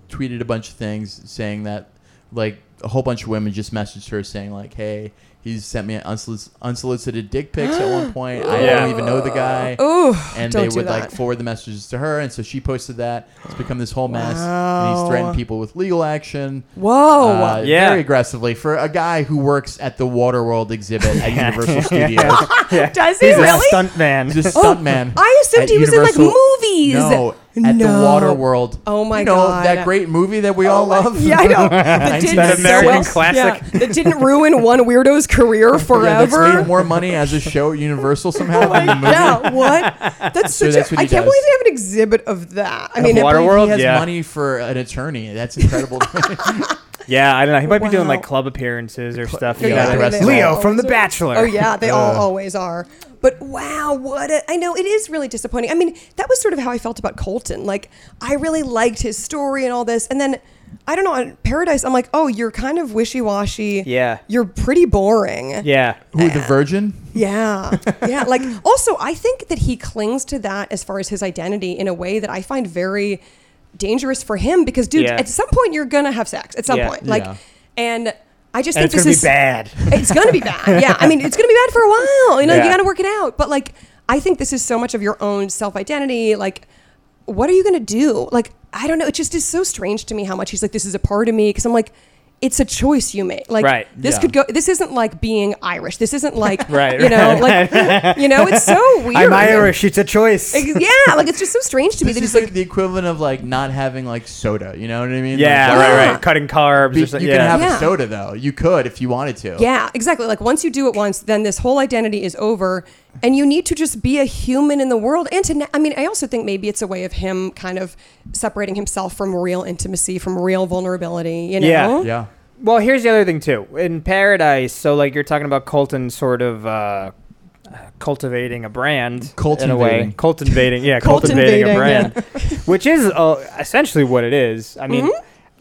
B: tweeted a bunch of things saying that, like, a whole bunch of women just messaged her saying, like, hey, he's sent me unsolic- unsolicited dick pics at one point. I
C: Yeah.
B: don't even know the guy. and
D: Ooh, Oh, don't
B: they
D: do
B: would
D: that.
B: like forward the messages to her, and so she posted that. It's become this whole mess. And
D: Wow.
B: he's threatened people with legal action.
D: Whoa.
B: uh,
C: Yeah.
B: very aggressively for a guy who works at the Waterworld exhibit at Universal Studios.
D: Does he
C: he's a
D: really?
C: stunt man.
B: He's a stuntman.
D: Oh, I assumed
B: at
D: he was in, like, movies.
B: No, at the
D: No.
B: Waterworld.
D: Oh, my
B: you know,
D: God. Oh
B: That great movie that we all
D: my-
B: love.
D: Yeah, I know. That
B: Einstein's
D: did
C: That
D: so
C: American
D: well.
C: classic.
D: Yeah, that didn't ruin one weirdo's career
B: Yeah, that's
D: forever. Oh
B: made more money as a show at Universal somehow than the movie.
D: yeah, what? That's
B: So
D: such.
B: that's
D: a,
B: what
D: I
B: he does.
D: can't believe they have an exhibit of that. I mean,
B: I
D: it-
B: believe
C: Waterworld?
B: He has
C: Yeah.
B: money for an attorney. That's incredible.
C: yeah, I don't know. He might be doing
D: Wow.
C: like club appearances or stuff.
B: Yeah,
C: you know,
B: the
C: the
B: rest
C: rest
B: of
C: Leo
D: them.
C: from The Bachelor.
D: oh yeah, they all always are. But wow, what a, I know it is really disappointing. I mean, that was sort of how I felt about Colton. Like, I really liked his story and all this, and then I don't know on Paradise, I'm like, oh, you're kind of wishy washy.
C: Yeah.
D: you're pretty boring.
C: yeah.
B: Who the Virgin?
D: Yeah. Yeah. Like, also, I think that he clings to that as far as his identity in a way that I find very dangerous for him because, dude,
C: Yeah.
D: at some point you're going to have sex at some
C: Yeah.
D: point. Like,
B: Yeah.
D: and I just
C: And it's
D: think this
C: gonna be
D: is
C: bad.
D: It's going to be bad. Yeah. I mean, it's going to be bad for a while. You know, you
C: Yeah.
D: got to work it out. But, like, I think this is so much of your own self identity. Like, what are you going to do? Like, I don't know. It just is so strange to me how much he's like, this is a part of me. Because I'm like, it's a choice you make. Like,
C: Right.
D: this
B: Yeah.
D: could go, this isn't like being Irish. This isn't like,
C: Right,
D: you know,
C: right,
D: like, you know, it's so weird.
C: I'm Irish. It's a choice.
D: Ex- Yeah, like it's just so strange to me
B: This
D: that
B: is
D: he's
B: like,
D: like,
B: the equivalent of like not having like soda. You know what I mean?
C: Yeah,
B: Like,
C: right,
D: Yeah.
C: right. Cutting carbs.
B: Be-
C: or something.
B: you can
C: yeah.
B: have
D: Yeah.
B: a soda though. You could if you wanted to.
D: yeah, exactly. Like once you do it once, then this whole identity is over, and you need to just be a human in the world. And to, na- I mean, I also think maybe it's a way of him kind of separating himself from real intimacy, from real vulnerability. You know?
C: Yeah.
B: Yeah.
C: Well, here's the other thing too. In Paradise, so like you're talking about Colton sort of uh, cultivating a brand in a way,
B: Cultivating.
C: cultivating, yeah, cultivating a
D: Cultivating,
C: brand, which is uh, essentially what it is. I mean,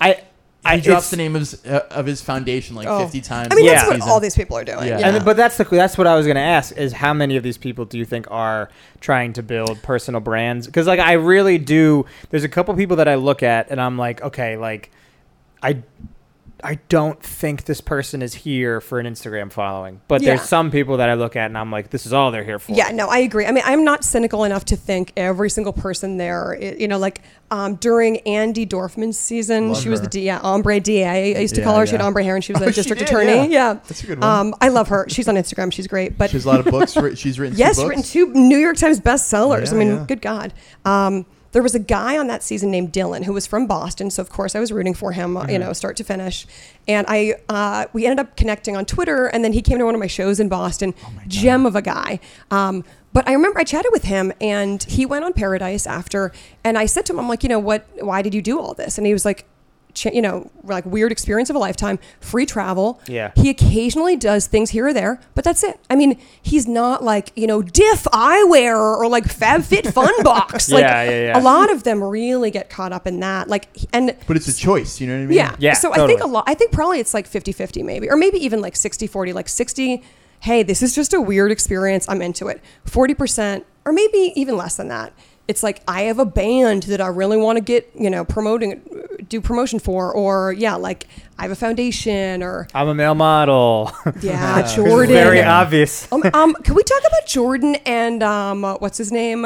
C: I, I
B: Mm-hmm. He
C: it's-
B: drops the name of his, uh, of his foundation like
D: Oh.
B: 50 times.
D: I mean,
C: Yeah.
D: that's what
B: Season.
D: all these people are doing.
B: Yeah.
D: Yeah.
C: And, but that's the that's what I was going to ask is how many of these people do you think are trying to build personal brands? Because like I really do. There's a couple people that I look at and I'm like, okay, like I I don't think this person is here for an Instagram following. But
D: Yeah.
C: there's some people that I look at and I'm like, this is all they're here for.
D: Yeah, no, I agree. I mean, I'm not cynical enough to think every single person there. i- You know, like um, during Andy Dorfman's season,
B: Love
D: she was
B: her.
D: the D- yeah, ombre DA. I used to
B: Yeah,
D: call her. She had
B: yeah.
D: ombre hair, and she was
B: Oh,
D: a
B: she
D: district
B: did,
D: attorney.
B: yeah.
D: Yeah.
B: That's a good one.
D: Um, I love her. She's on Instagram. She's great. But
B: She has a lot of books. writ- She's written
D: yes,
B: two books.
D: written two New York Times bestsellers. I
B: Yeah,
D: mean,
B: yeah.
D: good God. Um, there was a guy on that season named Dylan who was from Boston, so of course I was rooting for him, you know, start to finish. And I, uh, we ended up connecting on Twitter, and then he came to one of my shows in Boston.
B: Oh
D: Gem of a guy. Um, but I remember I chatted with him, and he went on Paradise after, and I said to him, "I'm like, you know what? Why did you do all this?" And he was like, ch- you know, like weird experience of a lifetime, free travel.
C: Yeah.
D: He occasionally does things here or there, but that's it. I mean, he's not like, you know, diff eyewear or like FabFitFun box. Like
C: Yeah, yeah, yeah.
D: a lot of them really get caught up in that. Like he- and
B: But it's a choice, you know what I mean?
D: yeah.
C: Yeah,
D: So I
C: totally.
D: think a lot I think probably it's like 50-50 maybe or maybe even like 60-40 like 60 hey, this is just a weird experience. I'm into it. 40% or maybe even less than that. It's like I have a band that I really want to get, you know, promoting do promotion for or yeah, like I have a foundation or
C: I'm a male model.
D: yeah,
C: It's
D: Jordan.
C: very obvious.
D: um, um, can we talk about Jordan and um, uh, what's his name?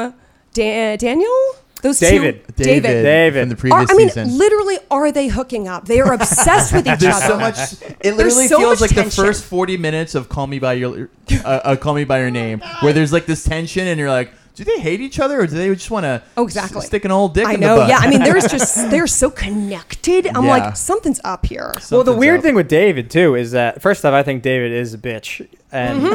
D: Da- Daniel? Those
C: David.
D: two.
B: David,
C: David.
B: from the
D: Are-
B: previous
D: I mean,
B: season.
D: literally, are they hooking up? They are obsessed with each
B: There's
D: other.
B: so much. It literally
D: so
B: feels like
D: much
B: the
D: tension.
B: first 40 minutes of Call Me by Your uh, uh, Call Me by Your Name, where there's like this tension, and you're like, do they hate each other, or do they just want to
D: Oh, exactly.
B: stick an old dick?
D: I
B: in the
D: know.
B: butt?
D: Yeah. I mean, there's just they're so connected. I'm
B: Yeah.
D: like, something's up here.
C: Well, the
B: Something's
C: weird
B: up.
C: thing with David too is that first off, I think David is a bitch, and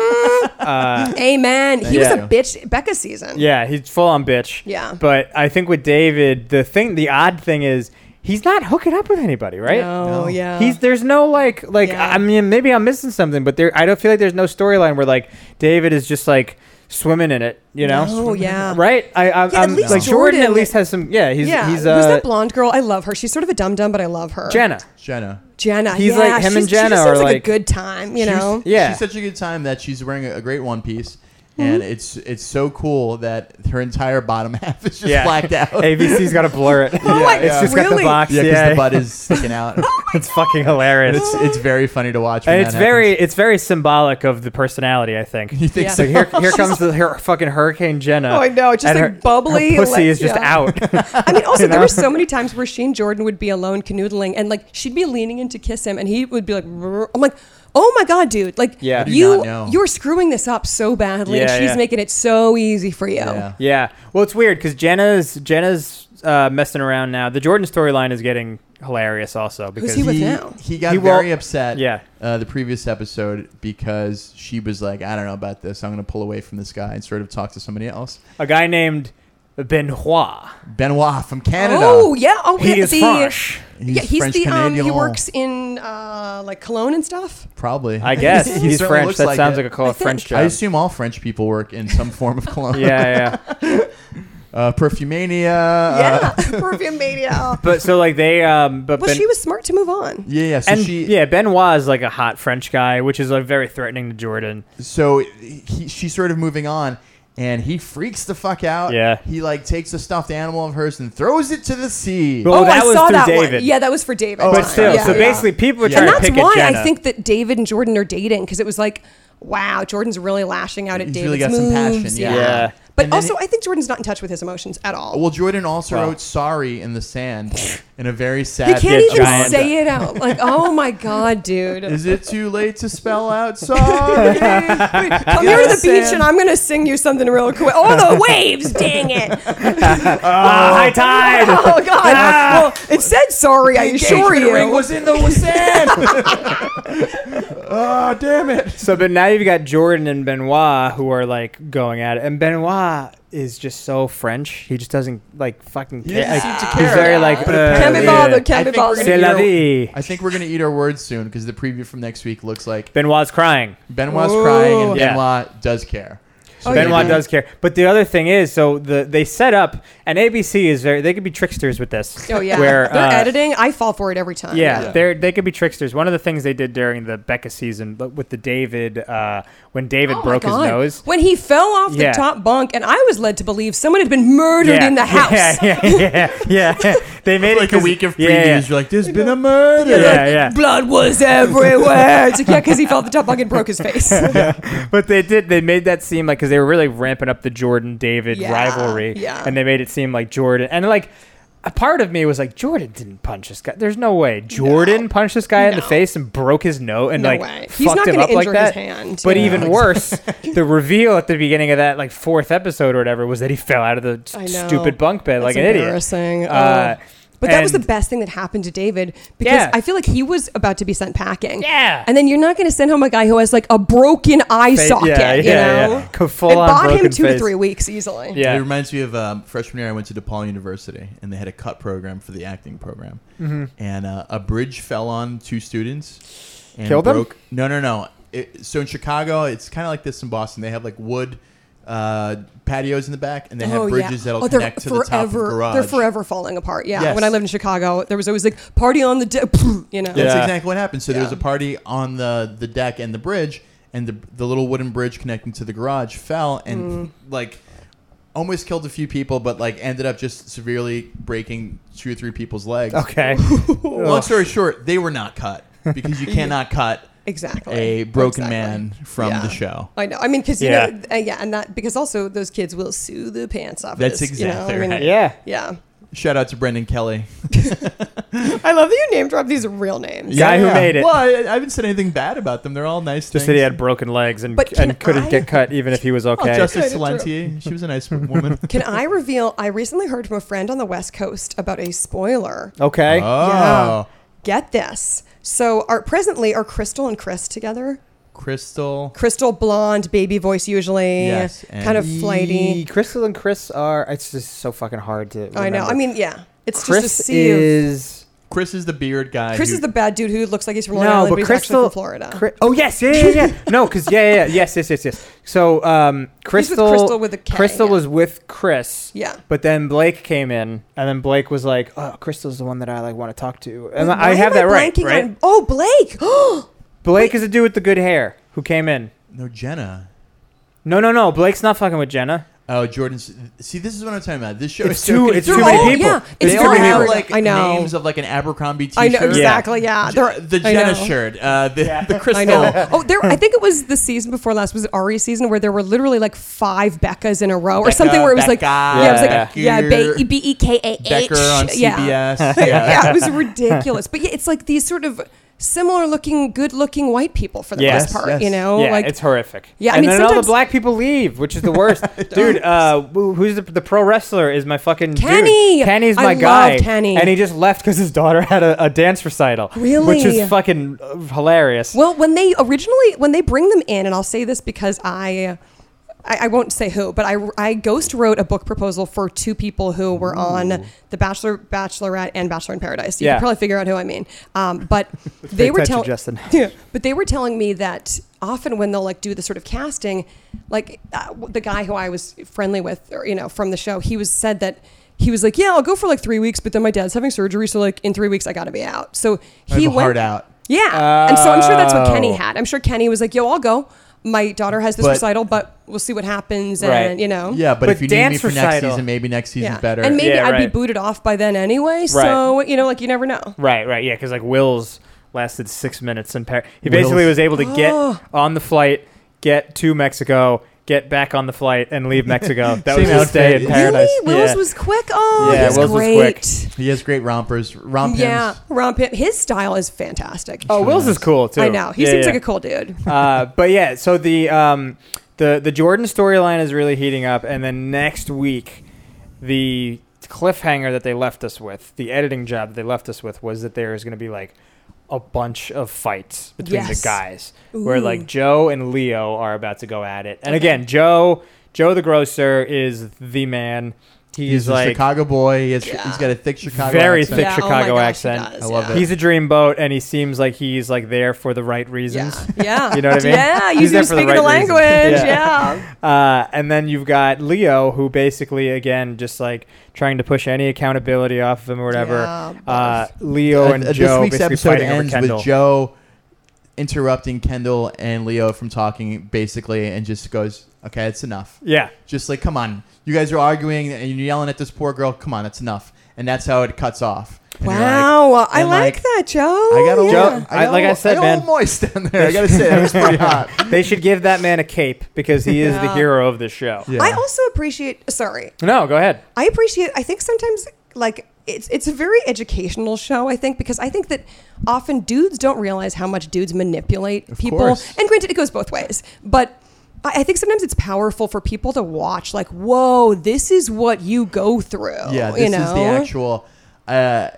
D: Mm-hmm. Amen. He
B: Yeah.
D: was a bitch. Becca season.
C: yeah, he's full on bitch.
D: Yeah.
C: But I think with David, the thing, the odd thing is he's not hooking up with anybody, right?
D: Oh
B: No.
D: yeah.
C: He's there's no like like
D: Yeah.
C: I mean maybe I'm missing something, but there I don't feel like there's no storyline where like David is just like swimming in it, you know?
D: No, Oh, yeah.
C: Right? I, I
D: Yeah, at
C: I'm
D: least
C: like Jordan,
D: Jordan-
C: at least has some yeah, he's
D: yeah.
C: he's
D: Who's
C: uh
D: that blonde girl? I love her. She's sort of a dum dum, but I love her.
C: Jenna.
B: Jenna.
D: Jenna.
C: He's
D: yeah,
C: like him and
D: she's-
C: Jenna
D: She just
C: are
D: sounds like,
C: like-
D: a good time. You
B: She was-
D: know. Mm-hmm.
C: Yeah.
B: she's such a good time that she's wearing a, a great one piece, and it's it's so cool that her entire bottom half is just
C: Yeah.
B: blacked out.
C: ABC's gotta blur it.
D: Oh my-
C: It's just got the
D: really?
C: box.
B: yeah,
C: Yeah,
B: because the butt is sticking out.
C: it's fucking hilarious.
B: And it's it's very funny to watch. When
C: and
B: that
C: it's very it's very symbolic of the personality, I think.
B: happens. You think
D: Yeah.
B: so?
C: Like here, here comes the her, fucking Hurricane Jenna.
D: Oh, I know, just
C: and
D: like
C: her-
D: bubbly,
C: Her pussy
D: like-
C: is just
D: yeah.
C: out.
D: I mean, also
C: You
D: there
C: know?
D: were so many times where she and Jordan would be alone canoodling, and like she'd be leaning in to kiss him, and he would be like, "Brr." I'm like, oh my god, dude, like
C: Yeah. I do
D: you
B: not know.
D: you're screwing this up so badly,
C: Yeah,
D: and she's
C: yeah.
D: making it so easy for you.
B: Yeah.
C: yeah. Well, it's weird because Jenna's Jenna's uh, messing around now. The Jordan storyline is getting hilarious also because
D: he with now?
B: he got
C: He won't-
B: very upset.
C: Yeah.
B: Uh, the previous episode because she was like, I don't know about this. I'm going to pull away from this guy and sort of talk to somebody else.
C: a guy named Benoit.
B: Benoit from Canada.
D: Oh yeah, oh
C: He
D: yeah,
C: is
D: the
C: French.
B: He's
D: yeah, he's
B: French
D: the um, he
B: Canadian.
D: works in uh, like Cologne and stuff.
B: Probably.
C: I guess
B: He
C: he's
B: certainly
C: French.
B: looks
C: That
B: like
C: sounds
B: it.
C: like a call
D: I
C: a French
D: think-
C: job.
B: I assume all French people work in some form of cologne.
C: yeah, yeah.
B: Uh, perfumania.
D: Yeah,
B: uh,
D: perfume mania.
C: But so like they um but
D: Well,
C: Ben-
D: she was smart to move on.
B: yeah. yeah. So
C: and
B: she.
C: yeah, Benoit is like a hot French guy, which is like very threatening to Jordan.
B: So he, she's sort of moving on, and he freaks the fuck out.
C: Yeah.
B: He like takes a stuffed animal of hers and throws it to the sea.
C: Well, Oh, that
D: I
C: was
D: saw
C: through
D: that
C: David.
D: one. Yeah, that was for David.
B: Oh,
C: But
B: Fine.
C: still,
D: Yeah,
C: so
D: yeah.
C: basically, people are trying
D: and
C: to
D: that's
C: pick
D: why
C: at Jenna.
D: I think that David and Jordan are dating because it was like, wow, Jordan's really lashing out at
B: He's
D: David's
B: really got some
D: moves.
B: passion, yeah.
C: Yeah.
D: But
B: And then
D: also,
B: he-
D: I think Jordan's not in touch with his emotions at all.
B: Well, Jordan also
C: Wow.
B: wrote "Sorry" in the sand in a very
D: he
B: sad.
D: can't even
C: giant-
D: say it out. Like, oh my god, dude.
B: Is it too late to spell out sorry?
D: Come here to the
B: Sam.
D: beach and I'm gonna sing you something real quick. Oh, the waves! Dang it!
C: Ah, high tide.
D: Oh God!
B: Ah.
D: Well, it said sorry. I assure
E: Engagement ring
D: you.
E: was in the sand.
B: oh, damn it!
C: So, but now you've got Jordan and Benoit who are like going at it, and Benoit is just so French. He just doesn't like fucking.
B: He doesn't
C: like,
B: seem to
C: he's
B: care.
C: very like.
B: But
C: uh,
D: Can
B: apparently-
D: be
C: yeah.
D: bothered. Can
B: I
D: be
B: think we're
D: bothered.
C: C'est
B: gonna
C: la
B: eat
C: vie.
B: our- I think we're gonna eat our words soon because the preview from next week looks like
C: Benoit's crying.
B: Benoit's
D: Ooh.
B: crying and
C: Yeah.
B: Benoit does care. So
D: Oh, yeah.
C: Benoit
B: maybe-
C: does care, but the other thing is, so the they set up, and ABC is very. They could be tricksters with this.
D: Oh yeah.
C: Where
D: They're
C: uh,
D: editing. I fall for it every time.
C: Yeah,
B: Yeah.
C: they're they could be tricksters. One of the things they did during the Becca season, but with the David, uh, when David
D: Oh my
C: broke his
D: God.
C: nose.
D: When he fell off the
C: Yeah.
D: top bunk, and I was led to believe someone had been murdered in the house.
C: Yeah, yeah, yeah, yeah. They made
B: Like
C: it
B: a
C: 'cause-
B: week of previews,
C: yeah, yeah.
B: you're like, "There's been a murder."
C: Yeah,
D: Like,
C: yeah.
D: Blood was everywhere. It's like, yeah, because he fell off the top bunk and broke his face.
C: But they did. They made that seem like because they were really ramping up the Jordan David
D: Yeah,
C: rivalry,
D: yeah.
C: and they made it seem like Jordan and like a part of me was like Jordan didn't punch this guy. There's no way Jordan punched this guy in the
D: No.
C: face and broke his nose and
D: No
C: like
D: way.
C: fucked
D: He's not
C: him
D: gonna
C: up like
D: injure his
C: that.
D: hand,
C: But
D: yeah.
C: even worse, the reveal at the beginning of that like fourth episode or whatever was that he fell out of the
D: I
C: s-
D: know.
C: stupid bunk bed
D: That's
C: like an idiot.
D: embarrassing. Oh.
C: Uh,
D: But that was the
C: And-
D: best thing that happened to David because
C: Yeah.
D: I feel like he was about to be sent packing.
C: Yeah.
D: And then you're not going to send home a guy who has like a broken eye
C: Fa-
D: socket.
C: yeah,
D: you
C: yeah,
D: know,
C: yeah. Co- full
D: it
C: on
D: bought him
C: broken
D: two to
C: face.
D: three weeks easily.
C: Yeah.
B: It reminds me of um, freshman year. I went to DePaul University, and they had a cut program for the acting program. And uh, a bridge fell on two students. And
C: Killed them?
B: broke, No, no, no. It, so in Chicago, it's kind of like this in Boston. They have like wood uh, patios in the back, and they have bridges that'll
D: Oh, they're
B: connect to the top of the garage.
D: They're forever falling apart. Yeah.
B: Yes.
D: When I lived in Chicago, there was always like party on the day, you know.
B: That's
C: Yeah.
B: exactly what happened. So there was
D: Yeah.
B: a party on the the deck and the bridge, and the the little wooden bridge connecting to the garage fell and
D: Mm.
B: like almost killed a few people, but like ended up just severely breaking two or three people's legs.
C: Okay.
B: Long story short, they were not cut because you cannot cut
D: Exactly.
B: a broken
D: Exactly.
B: man from
D: Yeah.
B: the show.
D: I know. I mean, because you
C: Yeah.
D: know, uh, yeah, and that because also those kids will sue the pants off. of
B: That's
D: this,
B: exactly
D: you know? I mean,
B: right.
C: Oh. yeah.
D: Yeah.
B: Shout out to Brendan Kelly.
D: I love that you name drop these real names.
C: Guy who made it.
B: Well, I, I haven't said anything bad about them. They're all nice.
C: Just that
B: things.
C: he had broken legs and,
D: But can
C: and couldn't
D: I-
C: get cut even if he was
B: Oh,
C: okay.
B: Justice
D: Kinda true.
B: Salentier. She was a nice woman.
D: Can I reveal? I recently heard from a friend on the West Coast about a spoiler.
C: okay.
B: Oh,
D: Yeah. Get this. So, are presently are Crystal and Chris together?
B: Crystal.
D: Crystal blonde, baby voice usually,
B: Yes, and-
D: kind of flighty.
C: Crystal and Chris are. It's just so fucking hard to.
D: I know.
C: remember.
D: I mean, yeah, it's
C: Chris
D: just a sea of-
C: is
B: Chris is the beard guy.
D: Chris
B: who-
D: is the bad dude who looks like he's from Long
C: no,
D: Island, but,
C: but
D: he's
C: Crystal
D: actually from Florida.
C: Chri- oh yes, yeah, yeah, yeah. no, because yeah, yeah, yeah, yes, yes, yes, yes. So um,
D: He's with
C: Crystal,
D: Crystal with a K,
C: Crystal
D: yeah.
C: was with Chris.
D: Yeah.
C: But then Blake came in, and then Blake was like, "Oh, Crystal's the one that I like want to talk to," and
D: Why
C: I have
D: am
C: that right,
D: blanking
C: right?
D: on- oh, Blake. Oh,
C: Blake is a dude with the good hair who came in.
B: no Jenna.
C: No, no, no. Blake's not fucking with Jenna.
B: Oh, Jordan. See, this is what I'm talking about. This show
C: It's
B: is so
C: too- it's
B: confusing.
C: too many They're all- people.
D: Yeah,
B: They
D: it's
B: all
D: very
B: have
D: hard.
B: like
D: I know.
B: names of like an Abercrombie T-shirt.
D: I know
C: Yeah.
D: exactly. Yeah,
B: Je- the
D: I
B: Jenna
D: know.
B: shirt. Uh, the the
D: I
B: Crystal.
D: know. Oh, there. I think it was the season before last. Was it Ari's season where there were literally like five Beccas in a row, or
B: Becca,
D: something? Where it was like,
B: Becca,
D: yeah, it was like,
B: Becker.
D: yeah, ba- B E K A H.
B: Becker on CBS.
D: Yeah.
B: Yeah.
D: yeah, it was ridiculous. But yeah, it's like these sort of similar-looking, good-looking white people for the
C: Yes,
D: most part.
B: yes.
D: You know,
C: yeah,
D: Oh, like
C: it's horrific.
D: Yeah, I
C: and
D: mean,
C: then all the
D: sometimes-
C: black people leave, which is the worst, dude. Uh, who- who's the, the pro wrestler? Is my fucking dude.
D: Kenny!
C: Kenny's
D: I
C: my
D: love
C: guy.
D: Kenny.
C: and he just left because his daughter had a, a dance recital, which
D: Really?
C: is fucking uh, hilarious.
D: Well, when they originally when they bring them in, and I'll say this because I. I, I won't say who, but I, I ghost wrote a book proposal for two people who were on The Bachelor, Bachelorette, and Bachelor in Paradise. You
C: Yeah.
D: can probably figure out who I mean. Um, but they
C: big
D: were
C: touch of
D: telling
C: Justin.
D: yeah, but they were telling me that often when they'll like do the sort of casting, like uh, w- the guy who I was friendly with, or, you know, from the show, he was said that he was like, yeah, I'll go for like three weeks, but then my dad's having surgery, so like in three weeks I got to be out. So he
B: Have a
D: went
B: heart out.
D: yeah. and so I'm sure that's what Kenny
C: Oh.
D: had. I'm sure Kenny was like, yo, I'll go. My daughter has this
B: But-
D: recital, but we'll see what happens. And,
C: Right.
D: you know.
B: Yeah, but,
C: But
B: if you need me
C: dance
B: for next
C: recital.
B: season, maybe next season's
D: Yeah.
B: better.
D: And maybe
C: Yeah,
D: I'd be
C: right.
D: booted off by then anyway. So, you know, like you never know.
C: Right, right, yeah, because like Will's lasted six minutes in Paris. He basically
B: Will's-
C: was able to get
D: Oh.
C: on the flight, get to Mexico, get back on the flight, and leave Mexico. That
B: Same
C: was his day
B: outfit.
C: in
B: Really?
C: paradise.
D: Really? Willis
C: Yeah.
D: was quick. Oh,
C: Yeah,
D: he's
C: Willis was
D: great.
C: quick.
B: he has great rompers. Romp
D: Yeah.
B: hymns.
D: Romp him. His style is fantastic.
C: Oh, Will's is cool too.
D: I know. He
C: Yeah,
D: seems
C: yeah.
D: like a cool dude.
C: uh, but yeah, so the um, the the Jordan storyline is really heating up, and then next week, the cliffhanger that they left us with, the editing job that they left us with, was that there is going to be like a bunch of fights between
D: Yes.
C: the guys, where
D: Ooh.
C: like Joe and Leo are about to go at it, and again, Joe Joe the grocer is the man. He's,
B: He's, a
C: like
B: Chicago boy. He has,
D: Yeah.
B: He's got a thick Chicago
C: Very
B: accent.
C: thick
D: oh my
C: Chicago
D: gosh, he
C: accent.
D: does,
B: I love
D: yeah.
B: it.
C: he's a dreamboat, and he seems like he's like there for the right reasons.
D: Yeah. Yeah.
C: You know what I mean?
D: Yeah. You
C: He's there
D: do
C: for the
D: speak the
C: right reasons.
D: language.
C: Yeah.
D: yeah.
C: Uh, and then you've got Leo, who basically, again, just like trying to push any accountability off of him or whatever.
D: Yeah,
C: uh,
D: both.
C: Leo
B: Uh,
C: and
B: uh,
C: Joe
B: this week's
C: basically
B: episode
C: fighting over
B: ends
C: Kendall.
B: with Joe interrupting Kendall and Leo from talking, basically, and just goes, "Okay, it's enough."
C: yeah,
B: Just like, come on, you guys are arguing and you're yelling at this poor girl. Come on, it's enough. And that's how it cuts off. And you're like-
D: Wow, I
B: and
D: like,
B: like,
D: that, Joe.
B: I got a little,
C: Joe,
B: I got
C: I- like
B: a
C: I
B: little-
C: said,
B: got a little
C: man.
B: moist down there. I gotta say, that was pretty hot.
C: they should give that man a cape because he is the
D: Yeah.
C: hero of the show.
B: Yeah.
D: I also appreciate. Sorry,
C: No, go ahead.
D: I appreciate. I think sometimes like it's it's a very educational show. I think because I think that often dudes don't realize how much dudes manipulate people.
B: course.
D: And granted, it goes both ways, but. I I think sometimes it's powerful for people to watch, like, "Whoa, this is what you go through."
B: Yeah, this
D: you know?
B: is the actual. uh,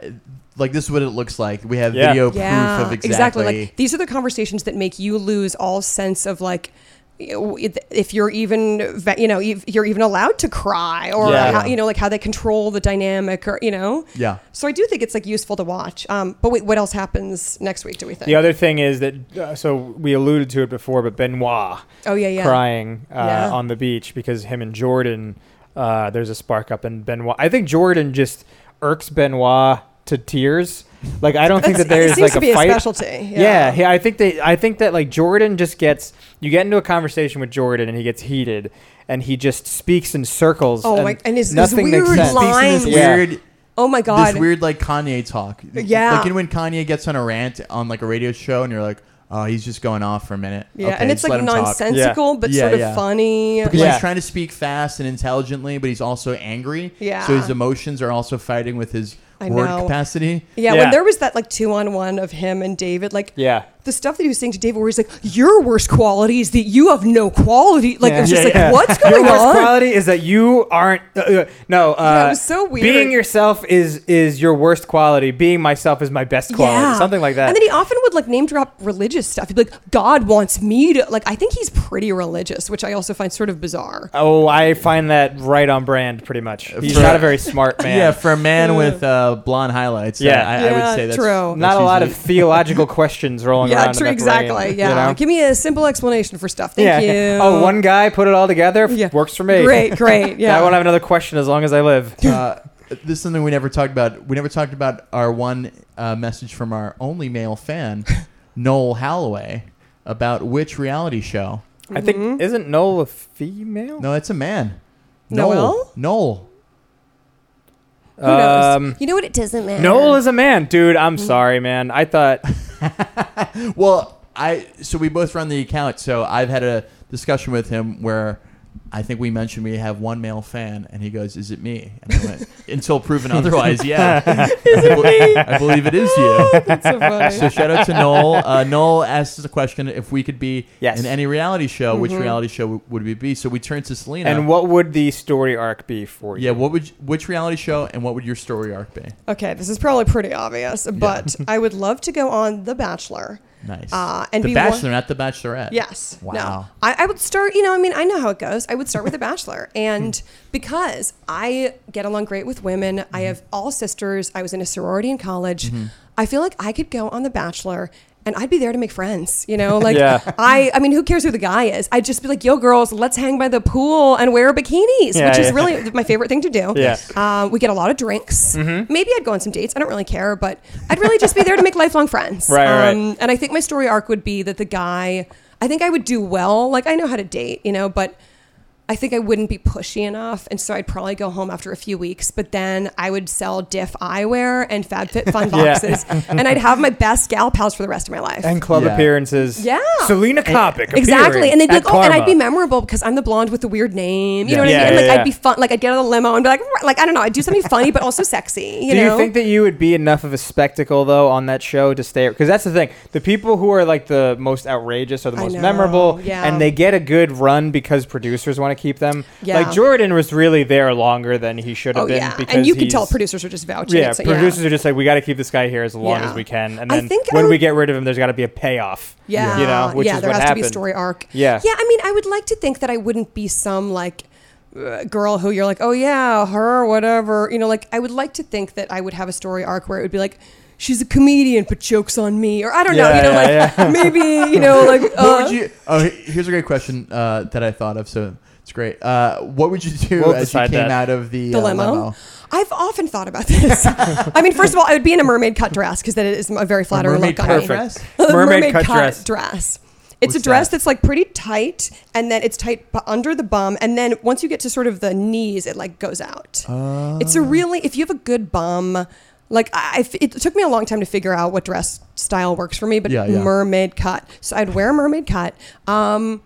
B: like this is what it looks like. We have
C: Yeah.
B: video
D: yeah,
B: proof of exactly.
D: Like these are the conversations that make you lose all sense of like you know, if if you're even ve- you know if you're even allowed to cry or
C: Yeah.
D: how, you know like how they control the dynamic or you know.
B: yeah.
D: So I do think it's like useful to watch. Um, but wait, what else happens next week? Do we think?
C: The other thing is that uh, so we alluded to it before, but Benoit
D: oh yeah, yeah.
C: crying uh,
D: Yeah.
C: on the beach because him and Jordan, uh, there's a spark up in Benoit. I think Jordan just irks Benoit to tears. Like I don't think that
D: That's- it
C: there's like
D: seems to
C: a
D: be a
C: fight.
D: specialty.
C: Yeah. he- I think that I think that like Jordan just gets you get into a conversation with Jordan and he gets heated and he just speaks in circles.
D: Oh
C: and
D: my! And his, his
C: nothing makes
D: weird
C: sense.
B: Speaks
D: lines.
B: in this
C: Yeah.
B: weird,
D: Oh my god!
B: this weird like Kanye talk.
D: Yeah.
B: Like you know, when Kanye gets on a rant on like a radio show, and you're like, oh, he's just going off for a minute.
D: yeah,
B: Okay,
D: and it's
B: just let
D: like
B: him talk.
D: nonsensical, but
B: Yeah,
D: sort of
B: yeah.
D: funny.
B: Because
C: Yeah.
B: he's trying to speak fast and intelligently, but he's also angry.
D: Yeah.
B: So his emotions are also fighting with his
D: I
B: word
D: know.
B: capacity.
D: Yeah,
C: Yeah.
D: when there was that like two on one of him and David, like
C: Yeah.
D: the stuff that he was saying to David, where he's like, "Your worst quality is that you have no quality." Like it's just like, what's going
C: Your worst
D: on?
C: quality is that you aren't. Uh, uh, no, uh,
D: it was so weird.
C: Being yourself is is your worst quality. Being myself is my best quality. Something like that.
D: And then he often would like name drop religious stuff. He'd be like, "God wants me to." Like I think he's pretty religious, which I also find sort of bizarre.
C: oh, I find that right on brand, pretty much. He's not a very smart man.
B: Yeah, for a man with uh, blonde highlights,
C: Yeah.
B: yeah, I, I
D: Yeah,
B: would say that's
D: true.
B: that's
C: not a lot of
B: usually-
C: theological questions rolling around.
D: yeah,
C: in
D: true,
C: that brain,
D: exactly.
C: you
D: yeah,
C: know?
D: give me a simple explanation for stuff. Thank you.
C: Oh, one guy put it all together.
D: Yeah.
C: Works for me.
D: Great, great. Yeah,
C: I won't have another question as long as I live.
B: Uh, this is something we never talked about. We never talked about our one uh, message from our only male fan, Noel Holloway, about which reality show.
C: I
D: Mm-hmm.
C: think isn't Noel a female?
B: No, it's a man.
D: Noel?
B: Noel. Noel.
D: Who knows?
C: Um,
D: you know what? It doesn't matter.
C: Noel is a man, dude. I'm
D: Mm-hmm.
C: sorry, man. I thought
B: Well, I so we both run the account. So I've had a discussion with him where I think we mentioned we have one male fan, and he goes, "Is it me?" And I went, "Until proven otherwise, yeah, is it me? I believe it is you."
D: That's so funny.
B: So shout out to Noel. Uh, Noel asked us a question if we could be
C: Yes.
B: in any reality show, which reality show w- would we be? So we turned to Selena.
C: And what would the story arc be for you?
B: yeah, what would you- which reality show and what would your story arc be?
D: Okay, this is probably pretty obvious, but I would love to go on The Bachelor.
B: Nice.
D: Uh, and
B: the
D: be
B: Bachelor,
D: one-
B: not the Bachelorette.
D: Yes. No.
B: Wow.
D: I, I would start, you know, I mean, I know how it goes. I would start with The Bachelor. And because I get along great with women, I
C: Mm-hmm.
D: have all sisters, I was in a sorority in college, I feel like I could go on The Bachelor. And I'd be there to make friends, you know. Like
C: Yeah.
D: I, I mean, who cares who the guy is? I'd just be like, "Yo, girls, let's hang by the pool and wear bikinis,"
C: Yeah,
D: which is
C: yeah.
D: really my favorite thing to do.
C: Yeah. Mm-hmm.
D: Uh, we get a lot of drinks. Maybe I'd go on some dates. I don't really care, but I'd really just be there to make lifelong friends.
C: Right, right, right.
D: Um, And I think my story arc would be that the guy, I think I would do well. Like, I know how to date, you know, but I think I wouldn't be pushy enough. And so I'd probably go home after a few weeks, but then I would sell diff eyewear and FabFitFun
C: Yeah.
D: boxes. and I'd have my best gal pals for the rest of my life.
C: And club
B: Yeah.
C: appearances.
D: Yeah.
C: Selena Kopic.
D: Exactly. And they'd be like,
C: appearing
D: oh, and
C: at
D: I'd be
C: Karma.
D: memorable because I'm the blonde with the weird name. You know
B: Yeah.
D: what
C: Yeah,
D: I mean?
C: yeah,
D: like,
C: yeah.
D: I'd be fun. Like, I'd get out of the limo and be like, "Wah," like, I don't know. I'd do something funny, but also sexy. You
C: Do
D: know?
C: you think that you would be enough of a spectacle though on that show to stay? Because that's the thing: the people who are like the most outrageous are the
D: I
C: most
D: know,
C: memorable,
D: yeah.
C: and they get a good run because producers want to keep them.
D: Yeah.
C: Like Jordan was really there longer than he should have
D: oh,
C: been.
D: yeah.
C: because
D: And you can tell
C: he's-
D: producers are just vouching.
C: Yeah,
D: It's like,
C: producers are just like, we got to keep this guy here as long
D: Yeah.
C: as we can, and
D: I
C: then
D: think I
C: when we
D: would-
C: get rid of him, there's got to be a payoff.
D: Yeah.
C: you know, which
D: yeah,
C: is
D: there
C: what
D: has
C: happened.
D: to be a story arc.
C: Yeah.
D: Yeah. I mean, I would like to think that I wouldn't be some like uh, girl who you're like, oh, yeah, her, whatever. You know, like, I would like to think that I would have a story arc where it would be like, She's a comedian, but jokes on me, or I don't know,
C: Yeah,
D: you know,
C: yeah,
D: like maybe, you know, like uh,
B: What would you? Oh, he- here's a great question uh, that I thought of. So it's great. Uh, what would you do
C: We'll
B: as you
C: decide
B: came
C: that.
B: out of the,
D: the
B: uh,
D: limo. I've often thought about this. I mean, first of all, I would be in a mermaid cut dress because that is a very flattering
B: mermaid
D: look
B: cut
D: on me.
B: dress?
D: A
C: Mermaid cut dress.
D: It's
B: What's
D: a dress
B: that?
D: that's like pretty tight, and then it's tight bu- under the bum, and then once you get to sort of the knees, it like goes out. It's a
B: Oh.
D: really if you have a good bum. Like I, I f- it took me a long time to figure out what dress style works for me, but
B: Yeah, yeah.
D: mermaid cut. So I'd wear a mermaid cut. Um,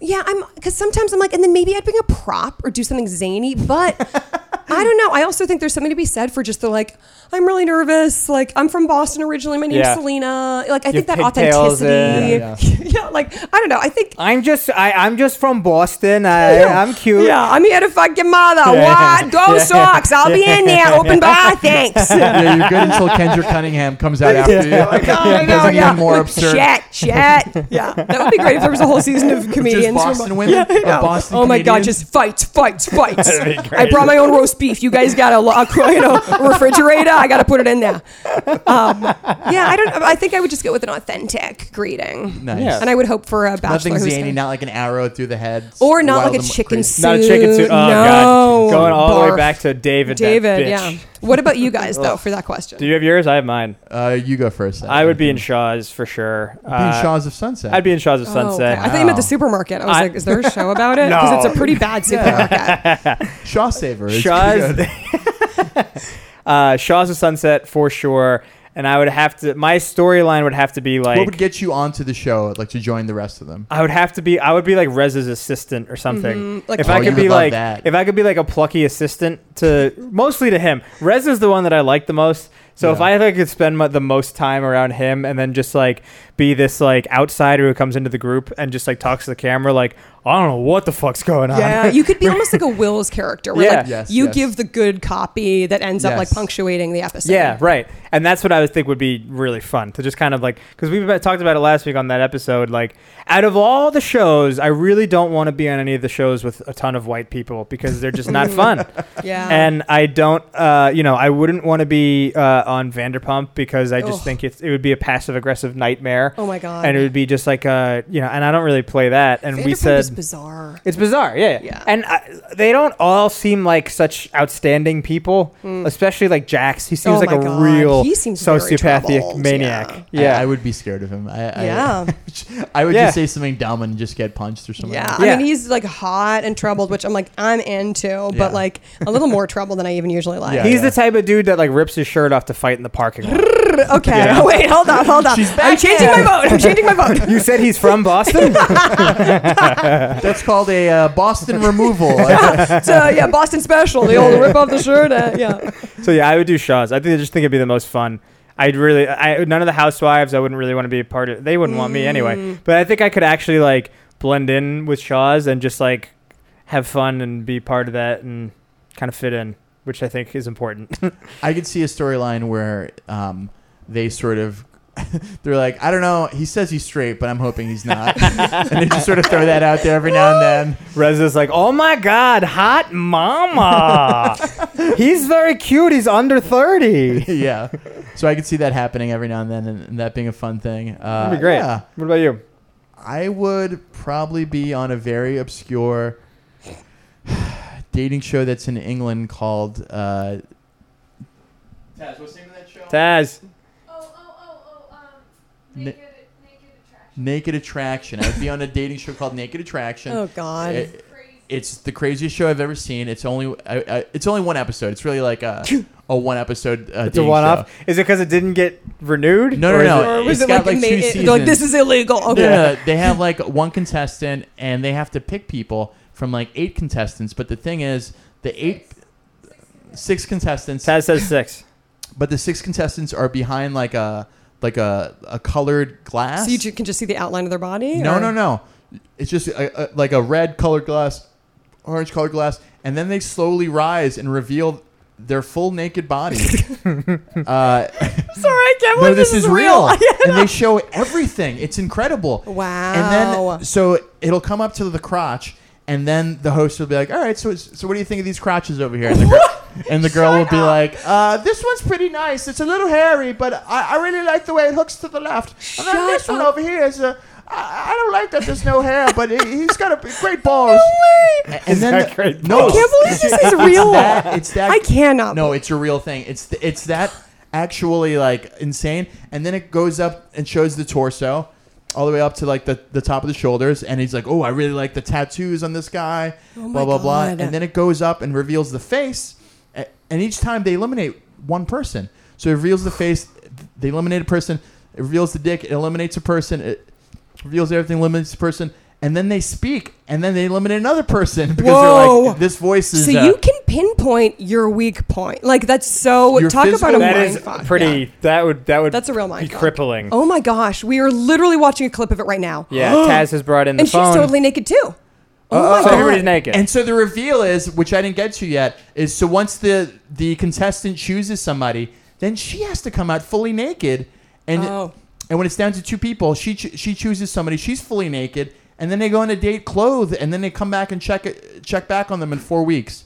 D: yeah, I'm because sometimes I'm like, and then maybe I'd bring a prop or do something zany, but I I don't know. I also think there's something to be said for just the like, I'm really nervous. Like, I'm from Boston originally. My name's
C: Yeah.
D: Selena. Like, I think that
C: pigtails
D: authenticity.
C: and-
D: Yeah, like, I don't know. I think,
C: I'm just I, I'm just from Boston. I, I'm cute.
D: yeah, I'm here to fuck your mother. What? Go socks. I'll be in there. Open bar. Thanks.
B: yeah, you're good until Kendra Cunningham comes out after you. Like,
D: I know,
B: Doesn't
D: yeah.
B: even more absurd.
D: Shit, shit. Yeah, that would be great if there was a whole season of comedians.
B: Just
D: from
B: Boston women. Yeah,
D: Yeah.
B: Boston
D: oh my god,
B: comedians.
D: just fights, fights, fights. I brought my own roast beef. You guys got a lo- you know, refrigerator. I got to put it in there. Um, yeah, I don't. I think I would just go with an authentic greeting,
B: Nice.
C: Yeah.
D: and I would hope for a bachelor
B: Nothing
D: who's
B: zany,
D: gonna-
B: not like an arrow through the head.
D: or not
B: Wild
D: like a
B: and
D: chicken
B: crazy.
D: suit.
C: Not a chicken suit. Oh
D: no.
C: god. Going all the
D: Barf.
C: way back to David. that
D: David.
C: bitch.
D: Yeah. What about you guys though for that question?
C: Do you have yours? I have mine.
B: Uh, you go first.
C: I would be in Shaw's for sure.
B: You'd be in
C: Uh,
B: Shaws of Sunset.
C: I'd be in Shaw's of
D: Oh,
C: Sunset.
D: okay. I thought you meant the
B: Wow.
D: supermarket. I was
C: I-
D: like, is there a show about it? Because it's a pretty bad supermarket.
B: Shaw Saver. is
C: Shaw's,
B: good.
C: uh, Shaw's of Sunset for sure. And I would have to. My storyline would have to be like.
B: What would get you onto the show, like to join the rest of them?
C: I would have to be. I would be like Rez's assistant or something.
D: like-
C: if
D: Oh,
C: I
B: you
C: could
B: would
C: be
B: love
C: like,
B: that.
C: if I could be like a plucky assistant to mostly to him. Rez is the one that I like the most. So if
B: Yeah.
C: I like, could spend my, the most time around him, and then just like be this like outsider who comes into the group and just like talks to the camera, like I don't know what the fuck's going on.
D: Yeah, you could be almost like a Will's character, where
C: Yeah.
D: like
B: Yes,
D: you
B: yes.
D: give the good copy that ends up like
B: Yes.
D: punctuating the episode.
C: Yeah, right. And that's what I would think would be really fun to just kind of like because we talked about it last week on that episode. Like, out of all the shows, I really don't want to be on any of the shows with a ton of white people because they're just not fun.
D: yeah.
C: And I don't, uh, you know, I wouldn't want to be uh, on Vanderpump because I just
D: Ugh.
C: think it's, it would be a passive aggressive nightmare.
D: oh my god,
C: And it would be just like, uh, you know, and I don't really play that. And we
D: Vanderpump
C: said,
D: is bizarre.
C: it's bizarre, yeah.
D: Yeah.
C: And I, they don't all seem like such outstanding people, especially like Jax. He seems
D: Mm. Oh
C: like
D: my
C: a
D: God.
C: real
D: He seems very
C: sociopathic
D: troubled,
C: maniac.
B: I-
C: Yeah.
B: I, would be scared of him. I, I,
D: Yeah.
B: I would
C: Yeah.
B: just say something dumb and just get punched or something.
D: Yeah.
B: Like
C: Yeah.
D: I mean he's like hot and troubled, which I'm like I'm into,
B: Yeah.
D: but like a little more trouble than I even usually like.
B: Yeah.
C: He's the type of dude that like rips his shirt off to fight in the parking lot.
D: Okay,
C: Yeah.
D: wait, hold on, hold on. I'm changing my vote. I'm changing my vote.
C: you said he's from Boston?
B: that. That's called a uh, Boston removal. Like,
D: so yeah, Boston special, the old rip off the shirt. Uh, yeah,
C: so yeah, I would do Shaw's. I think I just think it'd be the most fun. I'd really, I none of the housewives. I wouldn't really want to be a part of. They wouldn't want
D: Mm.
C: me anyway. But I think I could actually like blend in with Shaw's and just like have fun and be part of that and kind of fit in, which I think is important.
B: I could see a storyline where um, they sort of. They're like, I don't know. He says he's straight, but I'm hoping he's not. and they just sort of throw that out there every now and then.
C: Rez is like, oh my god, hot mama. He's very cute. He's under 30.
B: yeah. So I could see that happening every now and then, and, and that being a fun thing. Uh,
C: That'd be great.
B: Yeah.
C: What about you?
B: I would probably be on a very obscure dating show that's in England called. Uh, Taz, what's the name of that show?
C: Taz.
F: Oh, oh, oh, oh, um,
B: Na-
F: naked, naked attraction.
B: Naked Attraction. I would be on a dating show called Naked Attraction.
D: Oh God.
B: It-
F: Crazy.
B: it's the craziest show I've ever seen. It's only I, I, it's only one episode. It's really like a a one episode. Uh,
C: It's a one off. Is it because it didn't get renewed?
B: No, no,
C: Or is
B: no.
C: it-
D: or was
B: it's
D: it
B: got
D: like,
B: like,
D: ma-
B: two
D: it-
B: seasons.
D: they're like this is illegal? Okay.
B: Yeah, they have like one contestant, and they have to pick people from like eight contestants. But the thing is, the eight, six contestants,
C: Taz says six.
B: but the six contestants are behind like a like a, a colored glass.
D: So you ju- can just see the outline of their body.
B: no,
D: or-
B: no, no. It's just a, a, like a red colored glass, orange colored glass, and then they slowly rise and reveal their full naked body. uh,
D: Sorry, I can't
B: no,
D: believe
B: this, is real.
D: Yeah.
B: and they show everything. It's incredible.
D: Wow.
B: And then so it'll come up to the crotch, and then the host will be like, "All right, so so what do you think of these crotches over here?" And the, gir- and the girl will be like, uh, "This one's pretty nice. It's a little hairy, but I, I really like the way it hooks to the left. And then
D: Shut
B: this one
D: up.
B: over here is a." I I don't like that there's no hair, but he- he's got a great balls. No way. And
C: He's
B: then
C: got great
B: no,
D: I can't believe this is real.
B: that- it's that
D: I cannot.
B: no, it's a real thing. It's th- it's that actually like insane, and then it goes up and shows the torso, all the way up to like the, the top of the shoulders, and he's like, "Oh, I really like the tattoos on this guy."
D: Oh
B: blah
D: my
B: blah blah,
D: God.
B: and then it goes up and reveals the face, a- and each time they eliminate one person. So it reveals the face, they eliminate a person, it reveals the dick, it eliminates a person, it reveals everything, eliminates a person. And then they speak, and then they eliminate another person because they're
D: Whoa.
B: like, "This voice is."
D: So
B: uh,
D: you can pinpoint your weak point. Like that's so
B: Your
D: talk about
B: physical-
D: a
C: That
D: mind
C: is
D: fuck.
C: pretty.
D: Yeah.
C: That would that would
D: That's a real
C: be
D: mind fuck.
C: crippling.
D: Oh my gosh, we are literally watching a clip of it right now.
C: Yeah, Taz has brought in the
D: and she's
C: phone.
D: totally naked too. Oh my
C: so
D: god,
C: everybody's naked.
B: And so the reveal is, which I didn't get to yet, is so once the the contestant chooses somebody, then she has to come out fully naked, and
D: Oh.
B: and when it's down to two people, she cho- she chooses somebody, she's fully naked, and then they go on a date clothed, and then they come back and check it- check back on them in four weeks.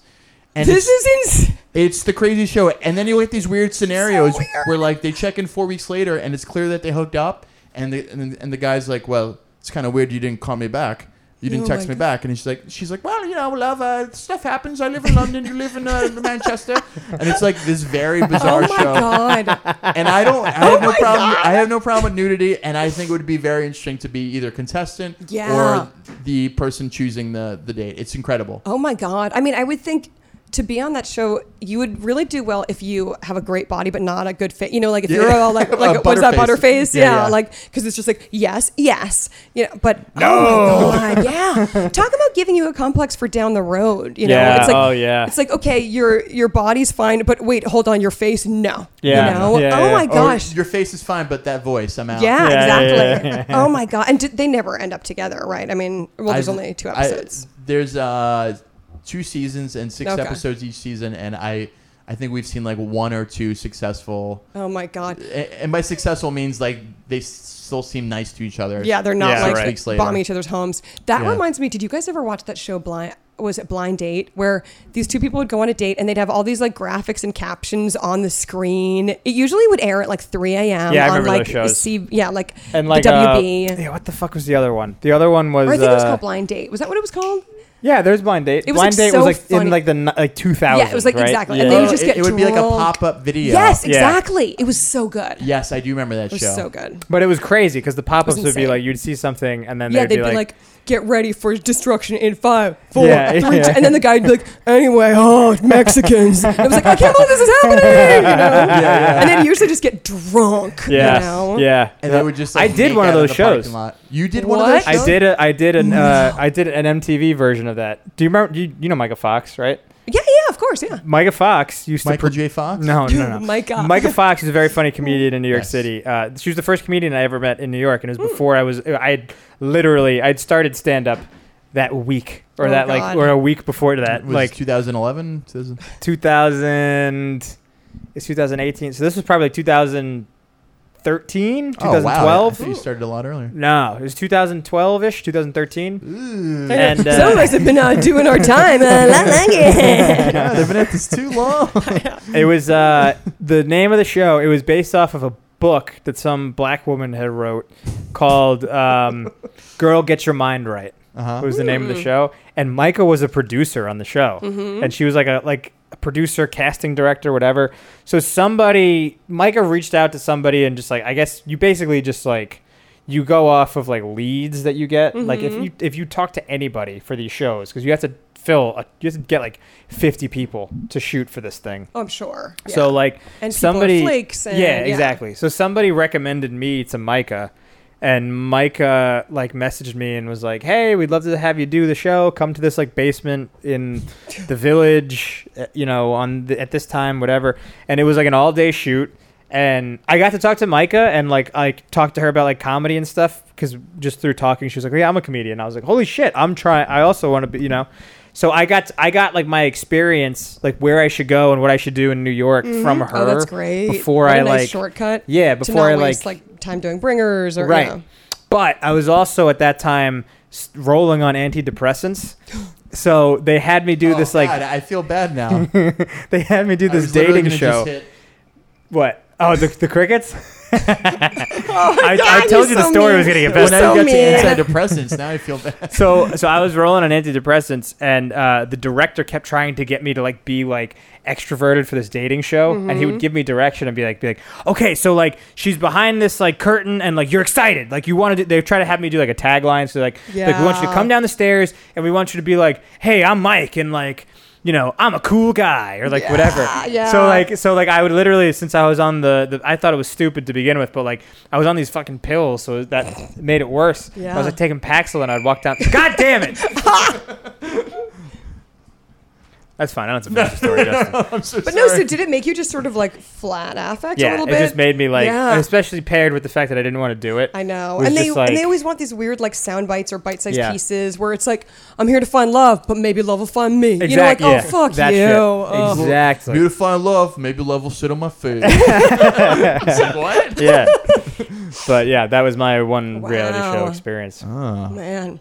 B: And
D: this
B: it's-
D: is insane.
B: It's the craziest show. And then you get these weird scenarios
D: So weird.
B: where like they check in four weeks later and it's clear that they hooked up and the and, and the guy's like, Well, it's kinda weird you didn't call me back. You didn't
D: Oh
B: text
D: my
B: me back, and she's like, she's like, well, you know, love, uh, stuff happens. I live in London, you live in uh, Manchester, and it's like this very
D: Oh
B: bizarre
D: my
B: show.
D: god. Oh
B: And I don't, I have no problem. I have no problem with nudity, and I think it would be very interesting to be either contestant
D: Yeah.
B: or the person choosing the the date. It's incredible.
D: Oh my god. I mean, I would think to be on that show, you would really do well if you have a great body but not a good fit. You know, like if you're
B: Yeah.
D: all like,
B: A
D: like what's that
B: butterface.
D: butterface?
B: Yeah,
D: Yeah,
B: yeah.
D: like because it's just like yes, yes, you know. But oh my god, yeah. Talk about giving you a complex for down the road. You know,
C: Yeah.
D: it's like
C: Oh, yeah.
D: it's like okay, your your body's fine, but wait, hold on, your face, no,
C: Yeah.
D: you know.
C: Yeah,
D: oh
C: yeah.
D: my
C: Or
D: gosh,
B: Your face is fine, but that voice, I'm out.
D: yeah,
C: Yeah, yeah,
D: exactly.
C: yeah,
D: Oh my god, and did, they never end up together, right? I mean, well, there's
B: I've-
D: only two
B: I-
D: episodes.
B: there's uh, two seasons and six
D: Okay.
B: episodes each season, and I, I think we've seen like one or two successful.
D: oh my god,
B: a- And by successful means like they s- still seem nice to each other.
D: Yeah, they're not
C: Yeah,
D: like
B: right. Weeks later.
D: bombing each other's homes. That
B: Yeah.
D: reminds me. Did you guys ever watch that show Blind? Was it Blind Date where these two people would go on a date and they'd have all these like graphics and captions on the screen? It usually would air at like 3 a.m.
C: Yeah, I
D: on
C: remember
D: like
C: those shows.
D: C- yeah, like
C: and
D: the
C: like uh,
D: WB.
C: yeah, what the fuck was the other one? The other one was
D: or I think it was
C: uh,
D: called Blind Date. Was that what it was called?
C: yeah. There's blind date.
D: It was,
C: blind
D: like,
C: date
D: so
C: was like in
D: funny.
C: like the ni- like 2000.
D: Yeah, it was like
C: right?
D: exactly.
C: Yeah.
D: And they would just
B: it,
D: get
B: it would be like a
D: drunk.
B: pop up video.
D: Yes,
C: Yeah.
D: exactly. It was so good. It
B: Yes, I do remember that
D: was
B: show.
D: so good.
C: but it was crazy because the pop-ups would be
D: insane.
C: like you'd see something and then
D: Yeah,
C: they'd,
D: they'd be like, "Get ready for destruction in five, four,
C: Yeah,
D: three,
C: yeah.
D: two," and then the guy'd be like, "Anyway, oh Mexicans." And I was like, "I can't believe this is happening," you know. And then usually just get drunk.
C: yeah,
D: You know?
C: yeah.
B: And they would just. Like,
C: I did
B: make
C: one of
B: out in
C: those
B: the parking
C: shows.
B: lot. You did one of those.
D: What?
B: Shows?
C: I did a, I did an uh, I did an MTV version of that. Do you remember? You, you know Micah Fox, right?
D: Yeah, yeah, of course, yeah.
C: Micah Fox used
B: Michael
C: to.
B: J. Fox.
C: no, no, no.
D: Micah.
C: Micah Fox is a very funny comedian in New York
B: Yes.
C: City. Uh, she was the first comedian I ever met in New York, and
D: Hmm.
C: it was before I was. I had literally I'd started stand up that week or
D: Oh,
C: that like
D: God.
C: or a week before that,
B: Was it
C: like
B: 2011. 2000?
C: 2000 it's 2018 so this was probably like 2013
B: Oh wow! I
C: 2012
B: thought you started a lot earlier.
C: no it was 2012ish 2013 and
D: Some of
C: uh,
D: us have been uh, doing our time. Uh, I like it.
B: Yeah, they've been at this too long.
C: it was uh, the name of the show it was based off of a book that some black woman had wrote called um, girl get your mind right
B: Uh-huh.
C: was the name of the show and micah was a producer on the show and she was like a like a producer casting director whatever so somebody micah reached out to somebody and just like i guess you basically just like you go off of like leads that you get like if you if you talk to anybody for these shows because you have to fill a, you have to get like 50 people to shoot for this thing
D: Oh, I'm sure. Yeah.
C: so like
D: And people are
C: somebody
D: flakes and-
C: yeah,
D: yeah.
C: exactly. So somebody recommended me to Micah and Micah like messaged me and was like, "Hey, we'd love to have you do the show. Come to this like basement in the village, uh, you know, on the, at this time, whatever." And it was like an all-day shoot and I got to talk to Micah and like I talked to her about like comedy and stuff cuz just through talking she was like, "Oh, "Yeah, I'm a comedian." I was like, "Holy shit, I'm trying I also want to be, you know." So I got I got like my experience, like where I should go and what I should do in New York from her.
D: oh, that's great.
C: Before
D: What a
C: I
D: nice
C: like
D: shortcut.
C: Yeah,
D: to
C: before
D: not
C: I
D: waste,
C: like-
D: time doing bringers or
C: right.
D: You know.
C: But I was also at that time s- rolling on antidepressants. So they had me do
B: Oh,
C: this like
B: God, I feel bad now.
C: they had me do
B: I
C: this
B: was literally
C: dating
B: gonna
C: show.
B: just hit-
C: What? Oh, the, the crickets. I,
D: Oh God,
C: I told you
D: you're
C: the
D: so
C: story
D: mean.
C: was gonna get
B: When
C: better.
B: I
D: so
B: got
D: mean.
B: to antidepressants, now I feel bad.
C: so so I was rolling on antidepressants, and uh, the director kept trying to get me to like be like extroverted for this dating show, and
D: Mm-hmm.
C: he would give me direction and be like, be like, okay, so like she's behind this like curtain, and like you're excited, like you want to. They try to have me do like a tagline, so like, like we want you to
D: Yeah.
C: come down the stairs, and we want you to be like, hey, I'm Mike, and like. You know, I'm a cool guy, or like whatever.
D: yeah.
C: So like, so like, I would literally, since I was on the, the, I thought it was stupid to begin with, but like, I was on these fucking pills, so that made it worse. I
D: Yeah.
C: was like taking Paxil and I'd walk down. God damn it! That's fine. I don't have to finish the story, Justin.
D: But no, so did it make you just sort of like flat affect a
C: Yeah,
D: little
C: it
D: bit?
C: just made me like,
D: Yeah.
C: especially paired with the fact that I didn't want to do it.
D: I know,
C: was
D: and they
C: just like-
D: and they always want these weird like sound bites or bite sized
C: Yeah.
D: pieces where it's like I'm here to find love, but maybe love will find me. You know, like
C: Exactly.
D: oh
C: yeah.
D: fuck
C: that
D: you. Oh.
C: shit.
D: Ugh.
C: Exactly.
B: Beautify love, maybe love will sit on my face. what?
C: yeah. But yeah, that was my one reality show
D: Wow.
C: experience.
D: man.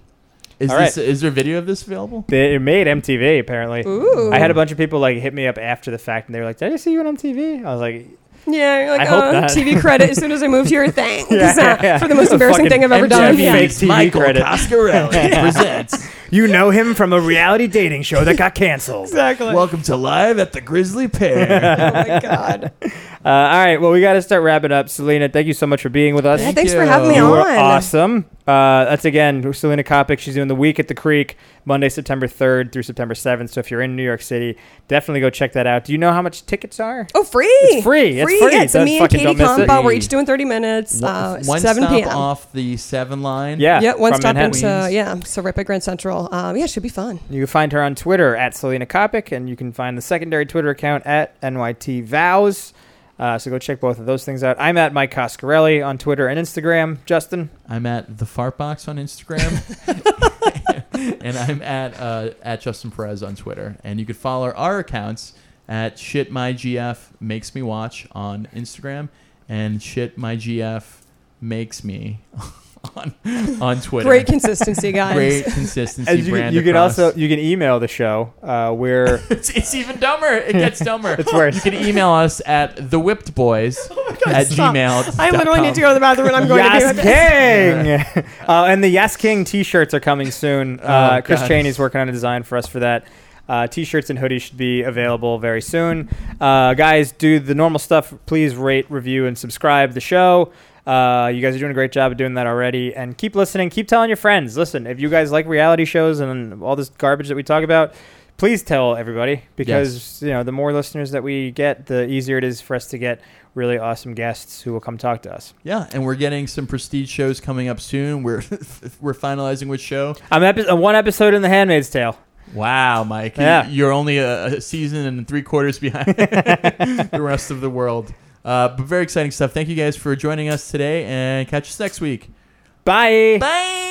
B: Is,
C: All
B: this,
C: right.
B: is there video of this available?
C: They, it made MTV apparently.
D: Ooh.
C: I had a bunch of people like hit me up after the fact, and they were like, "Did I see you on MTV?" I was like,
D: Yeah, you're
C: I
D: like
C: hope
D: oh,
C: not."
D: TV credit as soon as I moved here. Thanks uh,
C: yeah.
D: for the most
C: The
D: embarrassing
C: fucking
D: thing I've ever done.
C: MTV. Fake TV
B: Michael
C: credit.
B: Coscarelli presents.
A: You know him from a reality dating show that got canceled.
D: Exactly.
B: Welcome to Live at the Grizzly Pear.
D: oh my god.
C: uh, "All right, well, we got to start wrapping up." Selena, thank you so much for being with us.
D: Yeah, thanks for
B: you.
D: having me
B: You
D: on.
C: You were awesome. Uh, that's again Selena Kopic. She's doing the week at the Creek Monday, September third through September seventh. So if you're in New York City, definitely go check that out. Do you know how much tickets are?
D: Oh, free!
C: It's free. It's free.
D: Yeah, it's
C: Don't
D: me and
C: fucking don't
D: Katie
C: miss it.
D: Compa. We're each doing 30 minutes. Uh,
B: one
D: 7
B: stop
D: p.m.
B: off the seven line.
C: Yeah,
D: yeah, one
C: from
D: stop
C: Manhattan.
D: into yeah, so Ripon Grand Central. Um, yeah, it should be fun.
C: You can find her on Twitter at Selena Kopic, and you can find the secondary Twitter account at NYT Vows. Uh, so go check both of those things out. I'm at Mike Coscarelli on Twitter and Instagram. Justin,
B: I'm at the Fart Box on Instagram, and I'm at uh, at Justin Perez on Twitter. And you can follow our accounts at Shit My GF Makes Me Watch on Instagram and Shit My GF Makes Me on on Twitter.
D: Great consistency, guys.
B: Great consistency.
C: as you,
B: brand
C: you can
B: across.
C: also you can email the show. Uh, we're
B: it's, it's even dumber. It gets dumber.
C: it's worse. Oh
B: you can email us at thewhippedboys at
D: stop.
B: gmail.
D: I literally need to go to the bathroom, and I'm going
C: Yes
D: to do it.
C: King. uh, and the Yes King T-shirts are coming soon. Uh,
B: Oh,
C: Chris
B: God.
C: Cheney's working on a design for us for that. Uh, t-shirts and hoodies should be available very soon. Uh, guys, do the normal stuff. Please rate, review, and subscribe the show. Uh, you guys are doing a great job of doing that already. And keep listening. Keep telling your friends. Listen, if you guys like reality shows and all this garbage that we talk about, please tell everybody because you know the more listeners that we get, the easier it is for us to get really awesome guests who will come talk to us.
B: Yeah, and we're getting some prestige shows coming up soon. We're we're finalizing which show.
C: I'm epi- uh, one episode in The Handmaid's Tale.
B: Wow, Mike, you-
C: Yeah.
B: you're only a, a season and three quarters behind the rest of the world. Uh, but very exciting stuff. Thank you guys for joining us today, and catch us next week.
C: Bye.
B: Bye.